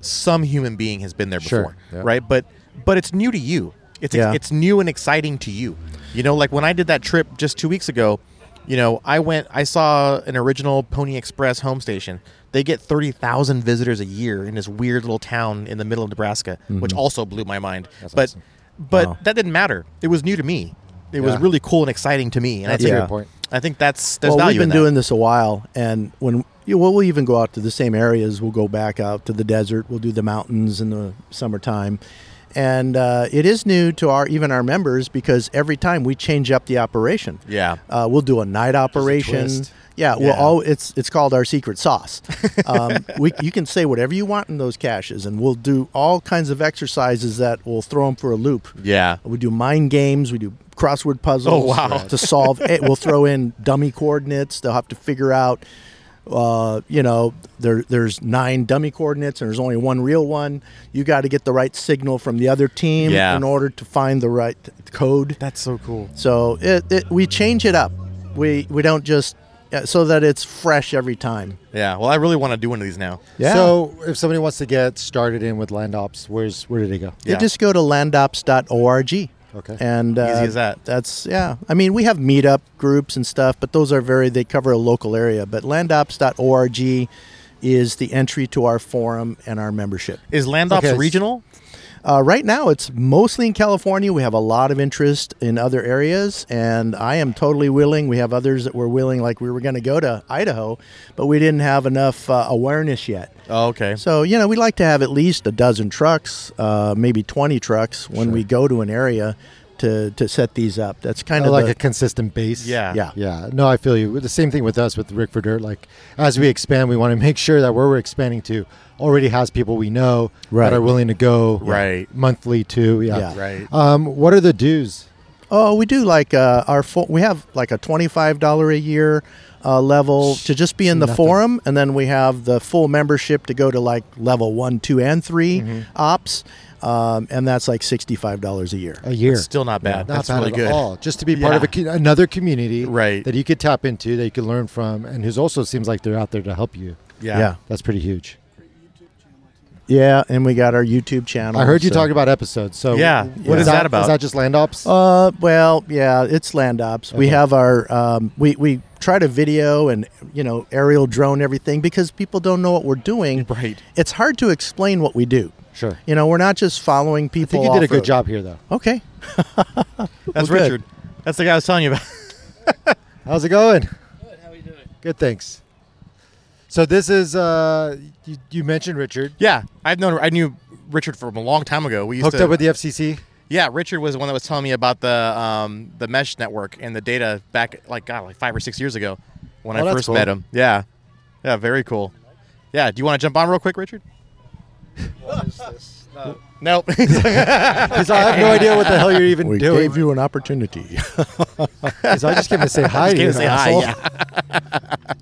some human being has been there
Sure,
before,
yeah.
right? But but it's new to you. It's
Yeah.
it's new and exciting to you. You know, like when I did that trip just two weeks ago, you know, I went, I saw an original Pony Express home station. They get thirty thousand visitors a year in this weird little town in the middle of Nebraska, which also blew my mind. but
Mm-hmm. awesome.
but
Wow.
that didn't matter. It was new to me. It was
Yeah.
really cool and exciting to me, and
that's a
I think
good
Yeah.
point.
I think that's there's
well,
value
we've
in
been
that.
doing this a while, and when you know, we'll even go out to the same areas, we'll go back out to the desert. We'll do the mountains in the summertime, and uh, it is new to our even our members because every time we change up the operation.
Yeah.
uh, we'll do a night operation.
twist.
yeah,
Yeah.
well, all it's it's called our secret sauce. Um, we, you can say whatever you want in those caches, and we'll do all kinds of exercises that will throw them for a loop.
Yeah.
We do mind games. We do crossword puzzles.
Oh, wow.
To solve, it. we'll throw in dummy coordinates. They'll have to figure out. Uh, you know, there there's nine dummy coordinates, and there's only one real one. You got to get the right signal from the other team
Yeah.
in order to find the right code.
That's so cool.
So it, it we change it up. We we don't just uh, so that it's fresh every time.
Yeah. Well, I really want to do one of these now.
Yeah.
So if somebody wants to get started in with land ops, where's where do they go?
Yeah.
You just go to landops.org.
Okay.
And uh,
Easy as that.
That's yeah. I mean, we have meetup groups and stuff, but those are very they cover a local area. But landops.org is the entry to our forum and our membership.
Is Land Ops
Okay, s-
regional?
Uh, right now, it's mostly in California. We have a lot of interest in other areas, and I am totally willing. We have others that were willing, like we were going to go to Idaho, but we didn't have enough uh, awareness yet.
Oh, okay.
So, you know, we like to have at least a dozen trucks, uh, maybe 20 trucks when we go to an area to, to set these up. That's kind
I
of
Oh, like
the-
a consistent base.
Yeah.
yeah.
Yeah, no, I feel you. The same thing with us with Rick for Dirt. Like, as we expand, we want to make sure that where we're expanding to already has people we know
Right.
that are willing to go
Right.
monthly too. Yeah.
Yeah.
Right.
Um, what are the dues?
Oh, we do like uh, our fo- we have like a twenty five dollar a year uh, level to just be in the
Nothing.
forum, and then we have the full membership to go to like level one, two, and 3
Mm-hmm.
ops, um, and that's like sixty five dollars a year.
A year.
Still not bad.
Not
That's
bad
really
at
good.
all. Just to be part of
Yeah.
a co- another community,
Right.
That you could tap into, that you could learn from, and who's also seems like they're out there to help you.
Yeah.
Yeah.
That's pretty huge.
Yeah, and we got our YouTube channel.
I heard you
so-
talking about episodes. So
Yeah.
what is
What is that about?
Is that just land ops?
Uh, well, yeah, it's land ops. We
Okay.
have our um, we we try to video and you know aerial drone everything because people don't know what we're doing.
Right.
It's hard to explain what we do.
sure.
You know, we're not just following people.
I think you did a good
off-road.
job here, though.
Okay.
That's
Well, good.
Richard. That's the guy I was telling you about.
How's it going?
Good. How are you doing?
Good, thanks. So this is uh, you, you mentioned Richard
yeah. I've known. I knew Richard from a long time ago. We used
hooked
to.
up with the FCC.
yeah. Richard was the one that was telling me about the um, the mesh network and the data back like God like five or six years ago when
Oh,
I
that's
first
cool.
met him. Yeah. Yeah. Very cool. Yeah. Do you want to jump on real quick, Richard?
What is this? No.
Nope.
'Cause I have no idea what the hell you're even
We
doing.
gave you an opportunity.
'Cause I just came to say hi. to you,
Just came to say hi,
asshole.
yeah.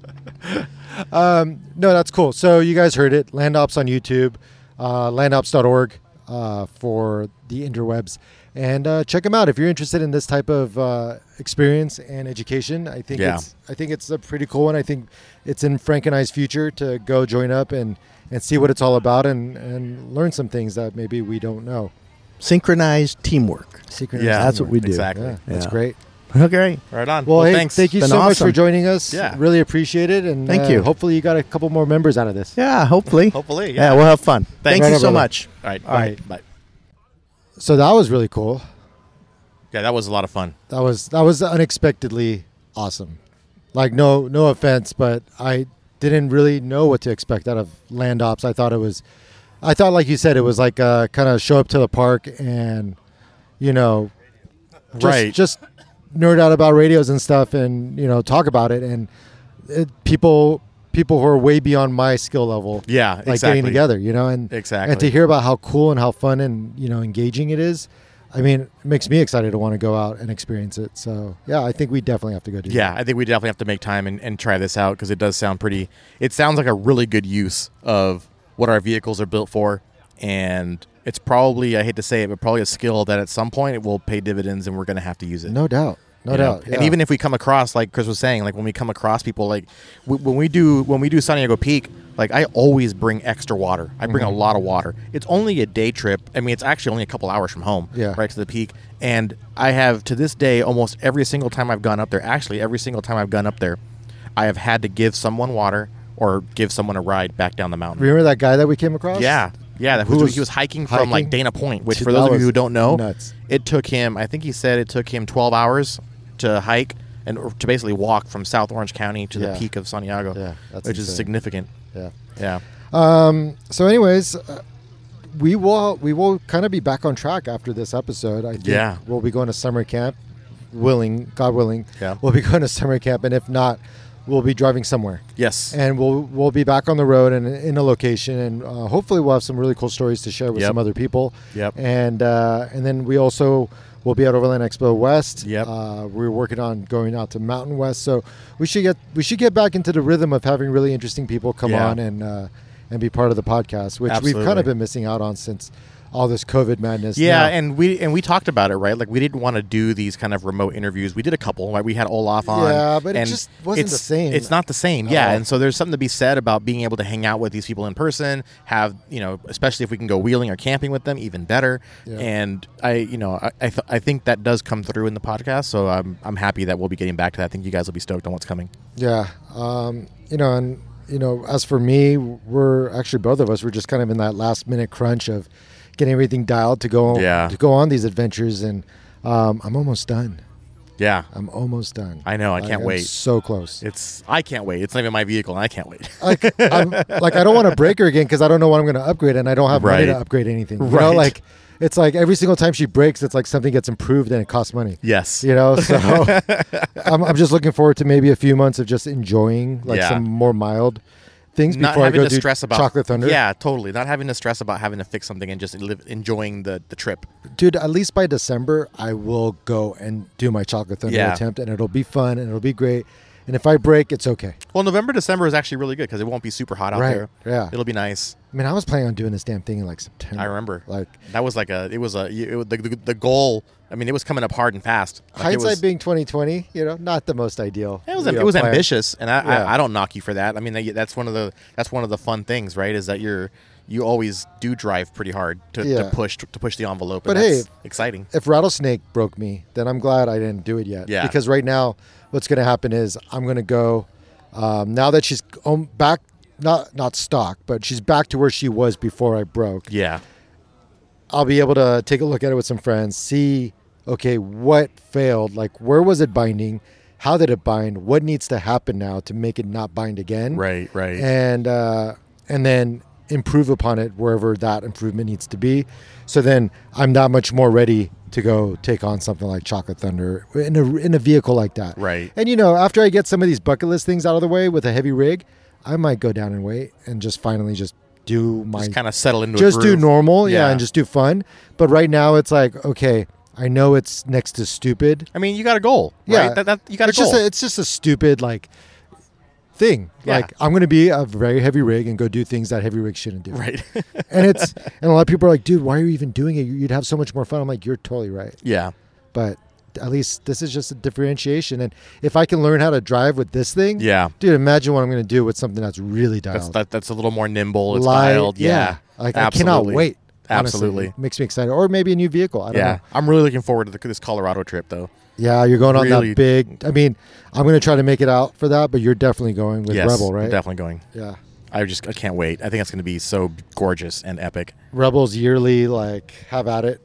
No, that's cool. So you guys heard it. Land Ops on YouTube, uh, landops.org uh, for the interwebs, and uh, check them out if you're interested in this type of uh, experience and education. I think
Yeah.
it's I think it's a pretty cool one. I think it's in Frank and I's future to go join up and and see what it's all about and and learn some things that maybe we don't know.
synchronized teamwork.
Secret.
Yeah,
That's what we do.
exactly.
Yeah, that's
Yeah.
great.
Okay.
Right on.
Well,
Well,
hey,
thanks.
thank you
Been
so much for
awesome.
joining us.
Yeah.
Really appreciate it. And
Thank
uh,
you.
Hopefully, you got a couple more members out of this.
Yeah, hopefully.
Hopefully,
Yeah,
yeah.
we'll have fun. Thank
Right
you
on,
so
brother.
much.
All right. All
right.
right. Bye.
So that was really cool.
Yeah, that was a lot of fun.
That was that was unexpectedly awesome. Like no no offense, but I didn't really know what to expect out of land ops. I thought it was, I thought like you said, it was like uh, kind of show up to the park and, you know, just,
Right.
just nerd out about radios and stuff and you know talk about it and it, people people who are way beyond my skill level.
Yeah,
like
exactly.
getting together, you know, and
Exactly.
and to hear about how cool and how fun and you know engaging it is. I mean, it makes me excited to want to go out and experience it. So yeah, I think we definitely have to go do.
Yeah, I think we definitely have to make time and, and try this out because it does sound pretty. It sounds like a really good use of what our vehicles are built for, and it's probably I hate to say it, but probably a skill that at some point it will pay dividends, and we're going to have to use it.
that. no doubt, no
you know?
doubt.
And
yeah.
even if we come across, like Chris was saying, like when we come across people, like w- when we do when we do San Diego Peak, like I always bring extra water. I
Mm-hmm.
bring a lot of water. It's only a day trip. I mean, it's actually only a couple hours from home,
Yeah.
right to the peak. And I have to this day, almost every single time I've gone up there, actually every single time I've gone up there, I have had to give someone water or give someone a ride back down the mountain.
remember that guy that we came across.
Yeah, yeah. That
Who
who
was
he was hiking,
hiking?
from like Dana Point, which
Dude,
for
that
those of
was
you who don't know,
nuts.
it took him. I think he said it took him 12 hours to hike and or to basically walk from South Orange County to
Yeah.
the peak of Santiago,
Yeah, that's
which
insane.
is significant.
yeah.
Yeah,
So, anyways, uh, we will we will kind of be back on track after this episode. I think
Yeah.
we'll be going to summer camp, willing, God willing.
Yeah.
we'll be going to summer camp, and if not, we'll be driving somewhere.
yes,
and we'll we'll be back on the road and in a location, and uh, hopefully we'll have some really cool stories to share with
Yep.
some other people.
Yep.
And uh, and then we also will be at Overland Expo West.
Yep.
Uh, we're working on going out to Mountain West, so we should get we should get back into the rhythm of having really interesting people come
Yeah.
on and uh, and be part of the podcast, which we've kind
Absolutely.
of been missing out on since all this COVID madness.
yeah.
Now-
And we and we talked about it, right? Like we didn't want to do these kind of remote interviews. We did a couple, right? We had Olaf on.
Yeah, but it
and
just wasn't the
it's-
same Uh-huh.
It's not the same.
at
Yeah,
all.
and so there's something to be said about being able to hang out with these people in person. Have you know, especially if we can go wheeling or camping with them, even better.
Yeah.
And I, you know, I I, th- I think that does come through in the podcast. So I'm I'm happy that we'll be getting back to that. I think you guys will be stoked on what's coming.
Yeah, um, you know, and you know, as for me, we're actually both of us were just kind of in that last minute crunch of getting everything dialed to go
Yeah.
to go on these adventures, and um, I'm almost done.
Yeah,
I'm almost done.
I know, I can't
I'm
wait.
So close.
it's I can't wait. It's not even my vehicle, and I can't wait.
like, I'm, like I don't want to break her again because I don't know what I'm going to upgrade, and I don't have money to
Right.
upgrade anything. You know,
Right.
like it's like every single time she breaks, it's like something gets improved and it costs money.
yes.
You know, so I'm, I'm just looking forward to maybe a few months of just enjoying like
Yeah.
some more mild things
not
before I
having
go
to
do
stress about
Chocolate Thunder.
Yeah, totally. Not having to stress about having to fix something and just live, enjoying the, the trip.
dude. At least by December, I will go and do my Chocolate Thunder
Yeah.
attempt, and it'll be fun and it'll be great. And if I break, it's okay.
Well, November December is actually really good because it won't be super hot out
Right,
there.
yeah.
it'll be nice.
I mean, I was planning on doing this damn thing in like September.
I remember
like
that was like a it was a it, was- the, the the goal. I mean, it was coming up hard and fast. Like, it
hindsight
was,
being 2020. You know, not the most ideal.
It was,
you
it
know,
was
plan.
ambitious, and I,
Yeah.
I, I don't knock you for that. I mean, that- that's one of the that's one of the fun things, right? Is that you're you always do drive pretty hard to,
Yeah.
to push to push the envelope.
But
and
hey,
that's exciting.
if rattlesnake broke me then i'm glad i didn't do it yet
Yeah.
because right now what's going to happen is i'm going to go um, now that she's um, back not not stock but she's back to where she was before i broke
Yeah,
i'll be able to take a look at it with some friends see okay what failed like where was it binding how did it bind what needs to happen now to make it not bind again
right, right.
and uh, and then improve upon it wherever that improvement needs to be. So then I'm that much more ready to go take on something like Chocolate Thunder in a in a vehicle like that.
Right.
And you know, after I get some of these bucket list things out of the way with a heavy rig, I might go down and wait and just finally just do my
just kind of settle into
just
a
do
groove.
normal, yeah.
Yeah.
and just do fun. But right now it's like, okay, I know it's next to stupid.
I mean, you got a goal.
Yeah.
right? that, that you got
it's
a goal.
just a, it's just a stupid like thing.
Yeah.
Like I'm gonna be a very heavy rig and go do things that heavy rig shouldn't do.
right.
And it's and a lot of people are like, dude, why are you even doing it? You- You'd have so much more fun. I'm like, you're totally right.
yeah.
But at least this is just a differentiation. And if I can learn how to drive with this thing,
Yeah.
dude, imagine what I'm gonna do with something that's really dialed.
That's that, that's a little more nimble. It's
Light-
dialed. Yeah.
Like I cannot
absolutely.
wait. honestly. Uh-huh.
Absolutely.
It makes me excited. Or maybe a new vehicle. I don't
yeah,
know.
I'm really looking forward to the, this Colorado trip, though.
Yeah, you're going on
Really-
that big. I mean, I'm going to try to make it out for that, but you're definitely going with
yes,
Rebel, right?
Definitely going.
Yeah.
I just I can't wait. I think it's going to be so gorgeous and epic.
Rebel's yearly, like, have at it.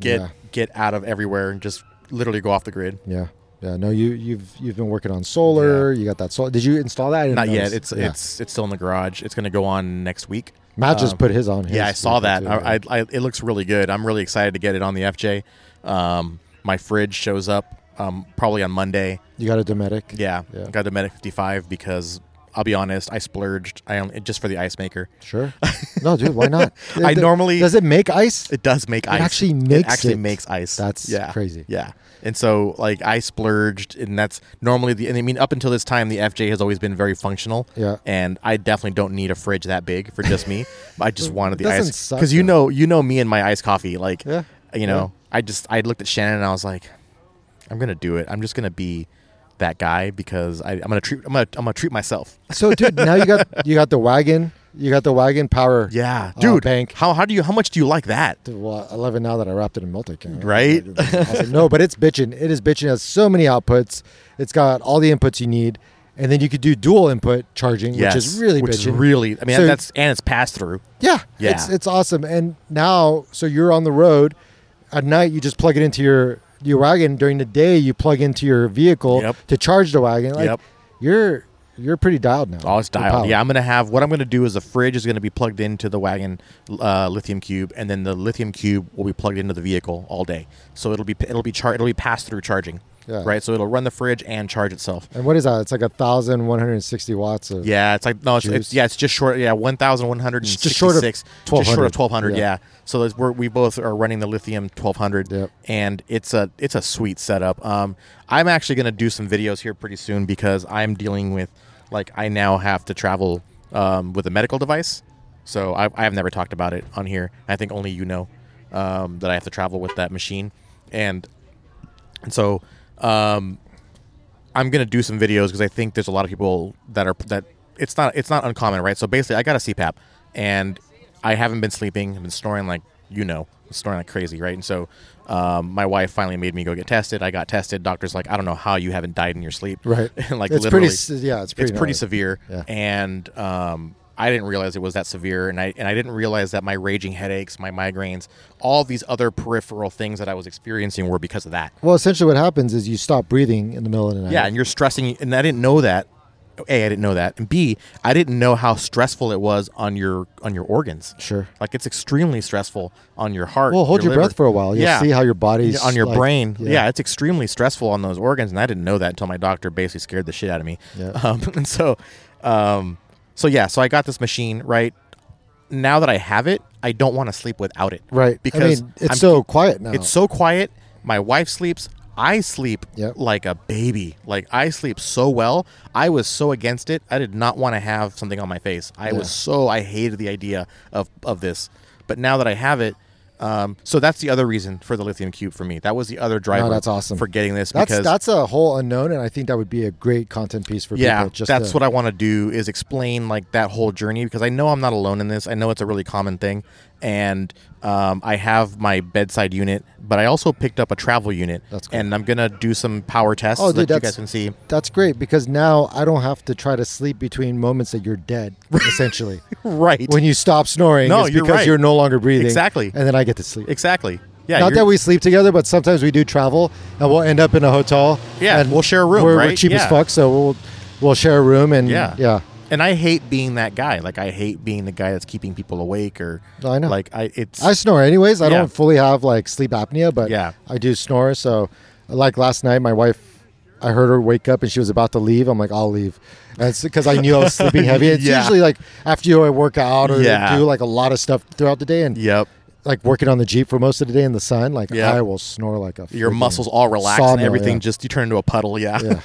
Get
Yeah.
get out of everywhere and just literally go off the grid.
Yeah. Yeah. No, you you've you've been working on solar. You got that solar. Did you install that? I didn't
Not yet.
notice.
It's
Yeah.
it's it's still in the garage. It's going to go on next week.
Matt just put his on. His
yeah, I saw
vehicle
that.
too,
I,
yeah.
I, I, it looks really good. I'm really excited to get it on the FJ. Um, my fridge shows up um, probably on Monday.
you got a Dometic.
Yeah,
Yeah.
got the Medic 55 because I'll be honest, I splurged. I only, just for the ice maker.
Sure. No, dude. Why not?
I normally-
does it make ice?
It does make ice.
actually makes
actually
it.
makes ice.
That's
yeah.
crazy.
Yeah. And so like I splurged and that's normally the and I mean up until this time the FJ has always been very functional.
Yeah.
And I definitely don't need a fridge that big for just me. I just wanted the
doesn't
ice
suck,
cuz you
though.
know you know me and my iced coffee like
Yeah.
you know I just I looked at Shannon and I was like I'm going to do it. I'm just going to be that guy because I, I'm gonna treat I'm gonna I'm gonna treat myself.
So, dude, now you got you got the wagon. You got the wagon power.
Yeah,
uh,
dude.
bank.
How how do you how much do you like that?
to, well, 11 now that I wrapped it in multi-cam.
Right?
Awesome. no, but it's bitching. It is bitching. It has so many outputs. It's got all the inputs you need. And then you could do dual input charging, which is
Yes,
really
which is
bitching.
really. I mean,
So-
that's and it's pass through.
yeah,
Yeah.
It's, it's awesome. And now, so you're on the road at night, you just plug it into your, your wagon. During the day, you plug into your vehicle
Yep.
to charge the wagon. Like,
Yep.
You're, you're pretty dialed now.
Oh, it's
You're
dialed.
powered.
Yeah, I'm gonna have what I'm gonna do is the fridge is gonna be plugged into the wagon uh, lithium cube, and then the lithium cube will be plugged into the vehicle all day. So it'll be it'll be char- it'll be pass through charging.
Yeah.
Right. So it'll run the fridge and charge itself.
And what is that? It's like a 1,160 watts of
Yeah, it's like no, it's, it's
Juice.
yeah, it's just short. Yeah, one thousand one hundred
Just short of
sixty-six, just short
1200,
of twelve hundred.
yeah.
Yeah. so that's we're, we both are running the lithium twelve hundred,
Yep.
and it's a it's a sweet setup. Um, I'm actually gonna do some videos here pretty soon because I'm dealing with like I now have to travel um, with a medical device, so I, I have never talked about it on here. I think only you know um, that I have to travel with that machine, and and so um, I'm gonna do some videos because I think there's a lot of people that are that it's not it's not uncommon, right? So basically, I got a CPAP, and I haven't been sleeping. I've been snoring like you know, snoring like crazy, right? And so um, my wife finally made me go get tested. I got tested. Doctor's like, I don't know how you haven't died in your sleep,
Right.
and like
It's pretty
literally,
s- yeah, it's pretty
it's pretty
gnarly.
severe,
Yeah.
and um, I didn't realize it was that severe, and I and I didn't realize that my raging headaches, my migraines, all these other peripheral things that I was experiencing were because of that.
Well, essentially, what happens is you stop breathing in the middle of the night.
Yeah, and you're stressing, and I didn't know that. A, I didn't know that, and B, I didn't know how stressful it was on your on your organs.
Sure.
like it's extremely stressful on your heart.
Well, hold your,
liver.
breath for a while. You'll
yeah,
see how your body's
on your
like-
brain. Yeah. it's extremely stressful on those organs, and I didn't know that until my doctor basically scared the shit out of me.
Yeah.
Um, and so, um, so yeah, so I got this machine right. Now that I have it, I don't want to sleep without it.
Right.
because
I mean, it's
I'm-
so quiet now.
it's so quiet. My wife sleeps. I sleep
Yep.
like a baby. Like I sleep so well. I was so against it. I did not want to have something on my face. I was so I hated the idea of of this. But now that I have it, um, so that's the other reason for the lithium cube for me. That was the other driver.
that's awesome.
for getting this
that's
because
that's a whole unknown, and I think that would be a great content piece for
yeah,
people. Just
that's
to-
what I want to do is explain like that whole journey because I know I'm not alone in this. I know it's a really common thing, and um, I have my bedside unit, but I also picked up a travel unit.
That's cool.
And I'm gonna do some power tests
Oh,
so
dude,
that you
that's-
guys can see.
That's great because now I don't have to try to sleep between moments that you're dead. essentially,
Right.
when you stop snoring,
No,
it's
you're
because
right.
you're no longer breathing.
Exactly.
And then I get to sleep.
exactly. Yeah.
Not
you're-
that we sleep together, but sometimes we do travel, and we'll end up in a hotel.
Yeah,
and
we'll share a room,
We're, we're
right?
cheap as
Yeah.
fuck, so we'll we'll share a room, and
Yeah.
yeah.
And I hate being that guy. Like I hate being the guy that's keeping people awake or.
No, I know.
Like I, it's.
I snore anyways. I
Yeah.
don't fully have like sleep apnea, but
Yeah.
I do snore. So, like last night, my wife, I heard her wake up and she was about to leave. I'm like, I'll leave. That's because I knew I was sleeping heavy. It's
Yeah.
usually like after you work out or
Yeah.
do like a lot of stuff throughout the day and
yep.
like working on the Jeep for most of the day in the sun, like
Yeah.
I will snore like a
Your
freaking
muscles all relax and
sawmill,
everything
yeah.
just you turn into a puddle.
yeah.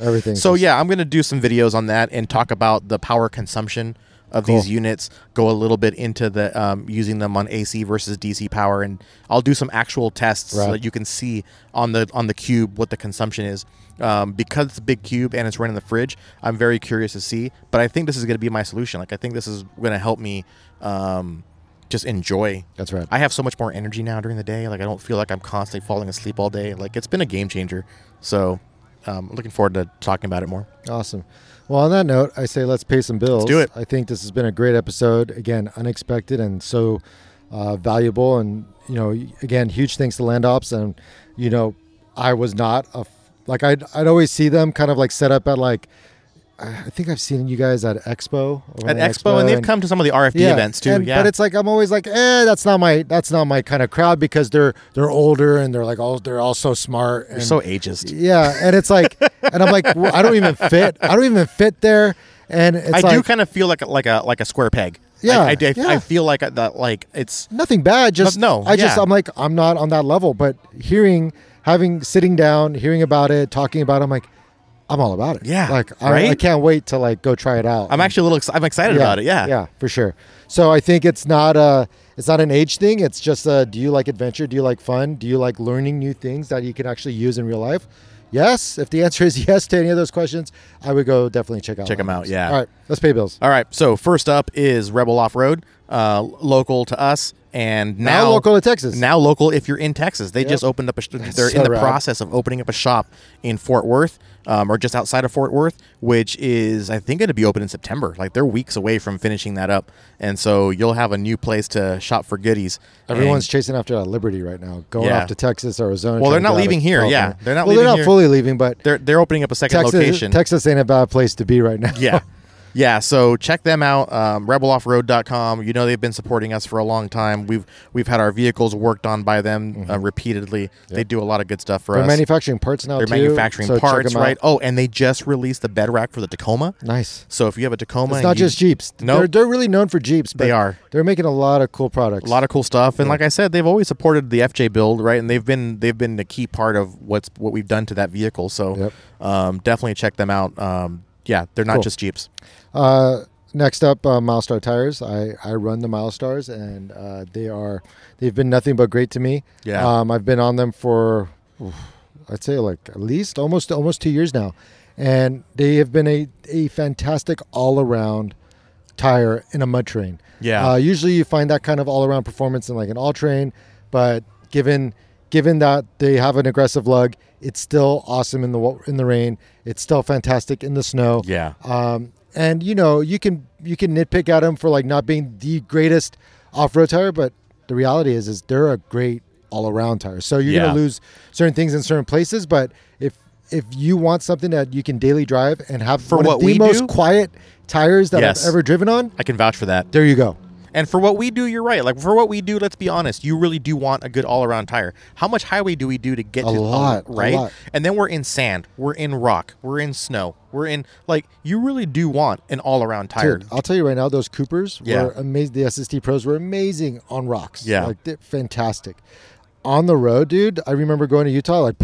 everything.
So yeah, I'm gonna do some videos on that and talk about the power consumption of
Cool.
these units. Go a little bit into the um, using them on AC versus DC power, and I'll do some actual tests
Right.
so that you can see on the on the cube what the consumption is. Um, because it's a big cube and it's running in the fridge, I'm very curious to see. But I think this is gonna be my solution. Like I think this is gonna help me. Um, just enjoy.
That's right.
I have so much more energy now during the day. Like I don't feel like I'm constantly falling asleep all day. Like it's been a game changer. So um, looking forward to talking about it more.
Awesome. Well, on that note, I say let's pay some bills.
do it.
I think this has been a great episode. Again, unexpected and so uh, valuable. And you know, again, huge thanks to Land Ops. And you know, I was not a f- like I'd I'd always see them kind of like set up at like I I think I've seen you guys at Expo. or an
At Expo, and they've come to some of the RFD events too.
and-
yeah,
But it's like I'm always like, eh, that's not my that's not my kind of crowd because they're they're older and they're like all they're all so smart. And,
You're so ageist.
yeah, and it's like, and I'm like, well, I don't even fit. I don't even fit there. And it's
I
like,
do kind of feel like a, like a like a square peg.
Yeah,
Like, I, I, I
yeah.
feel like I- that. Like it's
nothing bad. Just
No,
I just
yeah.
I'm like I'm not on that level. But hearing, having, sitting down, hearing about it, talking about, it, I'm like, I'm all about it.
Yeah,
like I, I
right?
can't wait to like go try it out.
I'm actually a little. ex- I'm excited about it. Yeah.
yeah, for sure. So I think it's not a it's not an age thing. It's just a do you like adventure? Do you like fun? Do you like learning new things that you can actually use in real life? Yes. If the answer is yes to any of those questions, I would go definitely check out
Check 'em
Lime
out,
Ops.
yeah.
All right. Let's pay bills.
All right. So first up is Rebel Off Road, uh, local to us, and now,
Now, local to Texas.
Now local if you're in Texas. They just opened up a. sh- They're
so
in the
rad.
process of opening up a shop in Fort Worth, um, or just outside of Fort Worth, which is I think it'll be open in September. Like they're weeks away from finishing that up, and so you'll have a new place to shop for goodies.
Everyone's
And-
chasing after that liberty right now, going
Yeah.
off to Texas, Arizona.
Well, they're
trying to get
not
out of
leaving here, yeah.
California.
They're not
Well,
leaving
they're not
here.
fully leaving, but
they're they're opening up a second
Texas,
location.
Texas ain't a bad place to be right now.
yeah yeah so check them out um, rebeloffroad.com you know they've been supporting us for a long time we've we've had our vehicles worked on by them uh, repeatedly they do a lot of good stuff for
Mm-hmm. they're
us
manufacturing parts now.
they're
too,
manufacturing
so check
parts
'em out.
right oh and they just released the bed rack for the tacoma
Nice.
so if you have a tacoma
It's
and
not
Oh you-
just Jeeps.
Nope.
They're, they're really known for Jeeps. But
They are.
They're making a lot of cool products.
a lot of cool stuff and like i said they've always supported the fj build right and they've been they've been a key part of what's what we've done to that vehicle so
Yep.
um, definitely check them out um, yeah they're not just jeeps
Uh, next up, uh, Milestar Tires. I, I run the Milestars, and uh, they are they've been nothing but great to me.
Yeah.
Um, I've been on them for oof, I'd say like at least almost almost two years now, and they have been a a fantastic all around tire in a mud train.
Yeah.
Uh, usually you find that kind of all around performance in like an all train, but given given that they have an aggressive lug, it's still awesome in the wa- in the rain. It's still fantastic in the snow.
yeah
Um, and you know, you can you can nitpick at them for like not being the greatest off-road tire, but the reality is is they're a great all-around tire. So you're
Yeah.
gonna lose certain things in certain places, but if if you want something that you can daily drive and have
For
one
what
of the
we
most
do?
quiet tires that
Yes.
I've ever driven on,
i can vouch for that
there you go.
And for what we do, you're right. Like for what we do, let's be honest, you really do want a good all-around tire. How much highway do we do to get
A
to the-
lot, a
right?
lot.
And then we're in sand, we're in rock, we're in snow, we're in like you really do want an all-around tire.
Dude, I'll tell you right now, those Coopers
Yeah.
were amazing. The SST Pros were amazing on rocks.
Yeah.
like they're fantastic. On the road, dude, I remember going to Utah. Like,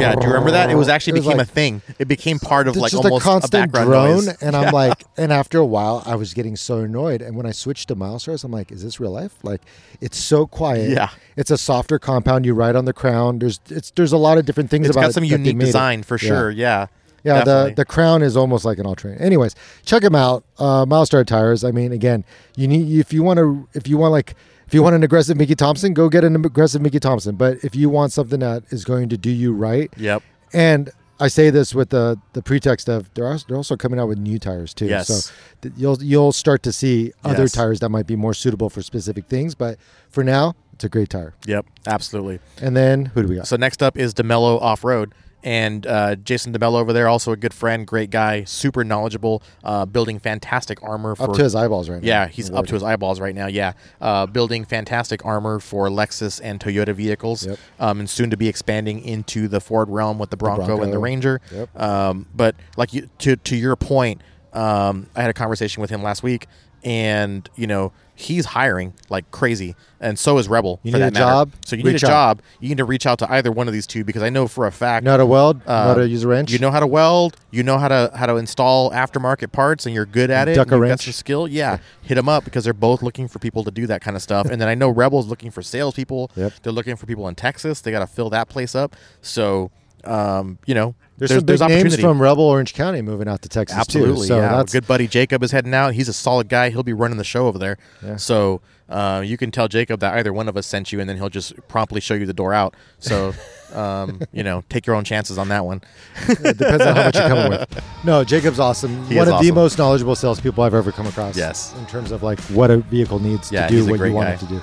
Yeah, do you remember that? It was actually
It was
became
like-
a thing. It became part of
It's
like
just
almost
a constant
background
drone,
noise.
and I'm like, and after a while, I was getting so annoyed. And when I switched to Milestars, I'm like, is this real life? Like, it's so quiet.
Yeah.
it's a softer compound. You ride on the crown. There's it's there's a lot of different things
It's
about
got some
it that they
unique
made it.
design for
Yeah.
sure. Yeah.
Yeah, the,
definitely.
the crown is almost like an all train. Anyways, check them out. Uh, Milestar tires. I mean, again, you need if you want to if you want like if you want an aggressive Mickey Thompson, go get an aggressive Mickey Thompson. But if you want something that is going to do you right,
Yep.
and I say this with the the pretext of they're also, they're also coming out with new tires too.
Yes.
So th- you'll you'll start to see other
Yes.
tires that might be more suitable for specific things. But for now, it's a great tire.
Yep. Absolutely.
And then who do we got?
So next up is Demello Off Road, and uh, Jason Demello over there, also a good friend, great guy, super knowledgeable, uh, building fantastic armor for
up to his eyeballs right now.
Yeah, he's up to his eyeballs right now. Yeah, uh, building fantastic armor for Lexus and Toyota vehicles,
Yep.
um, and soon to be expanding into the Ford realm with the Bronco, and the
Bronco.
Ranger.
Yep.
Um, but like you, to to your point, um, I had a conversation with him last week, and you know he's hiring like crazy, and so is Rebel.
You
for
need
that
a
matter.
job?
So you
Reach
need a
out.
job. You need to reach out to either one of these two because I know for a fact
Not a weld.
uh,
not a use a wrench.
You know how to weld. You know how to how to install aftermarket parts, and you're good at it.
Duck
and
a
you've got
wrench.
the skill. Yeah, hit them up because they're both looking for people to do that kind of stuff. and then I know Rebels looking for salespeople.
Yep.
They're looking for people in Texas. They got to fill that place up. So, um, you know,
there's, some big names from Rebel Orange County moving out to Texas
Absolutely.
too. So
yeah.
that's
Good buddy Jacob is heading out. He's a solid guy. He'll be running the show over there. So Uh, you can tell Jacob that either one of us sent you, and then he'll just promptly show you the door out. So, um, you know, take your own chances on that one.
It depends on how much you're coming with. No, Jacob's awesome.
He
One
is
of the
awesome.
most knowledgeable salespeople I've ever come across.
Yes.
In terms of like what a vehicle needs
Yeah,
to do
he's a
what you
great
want
guy.
it to do.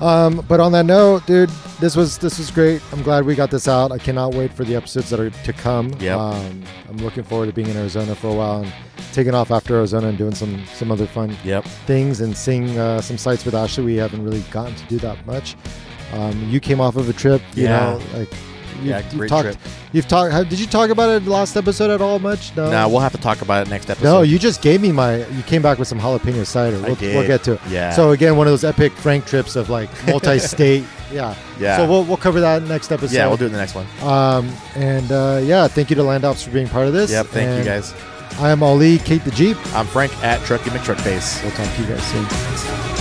Um, but on that note, dude, this was this was great. I'm glad we got this out. I cannot wait for the episodes that are to come.
Yep.
Um, I'm looking forward to being in Arizona for a while and taking off after Arizona and doing some some other fun
Yep.
things and seeing uh, some sites with Ashley. We haven't really gotten to do that much. Um, you came off of a trip, you
Yeah.
know, like you've,
Yeah,
you've
great
talked.
trip.
You've talked. how- Did you talk about it last episode at all? Much? No.
Now we'll have to talk about it next episode.
no, you just gave me my. You came back with some jalapeno cider. We'll,
did.
we'll get to it.
Yeah.
So again, one of those epic Frank trips of like multi-state. yeah.
Yeah.
So we'll, we'll cover that next episode.
yeah, we'll do it in the next one.
Um, and uh, yeah, thank you to Landops for being part of this.
Yep. Thank
And
you guys.
I am Ali, Kate the Jeep.
I'm Frank at Truckee McTruckface.
We'll talk to you guys soon.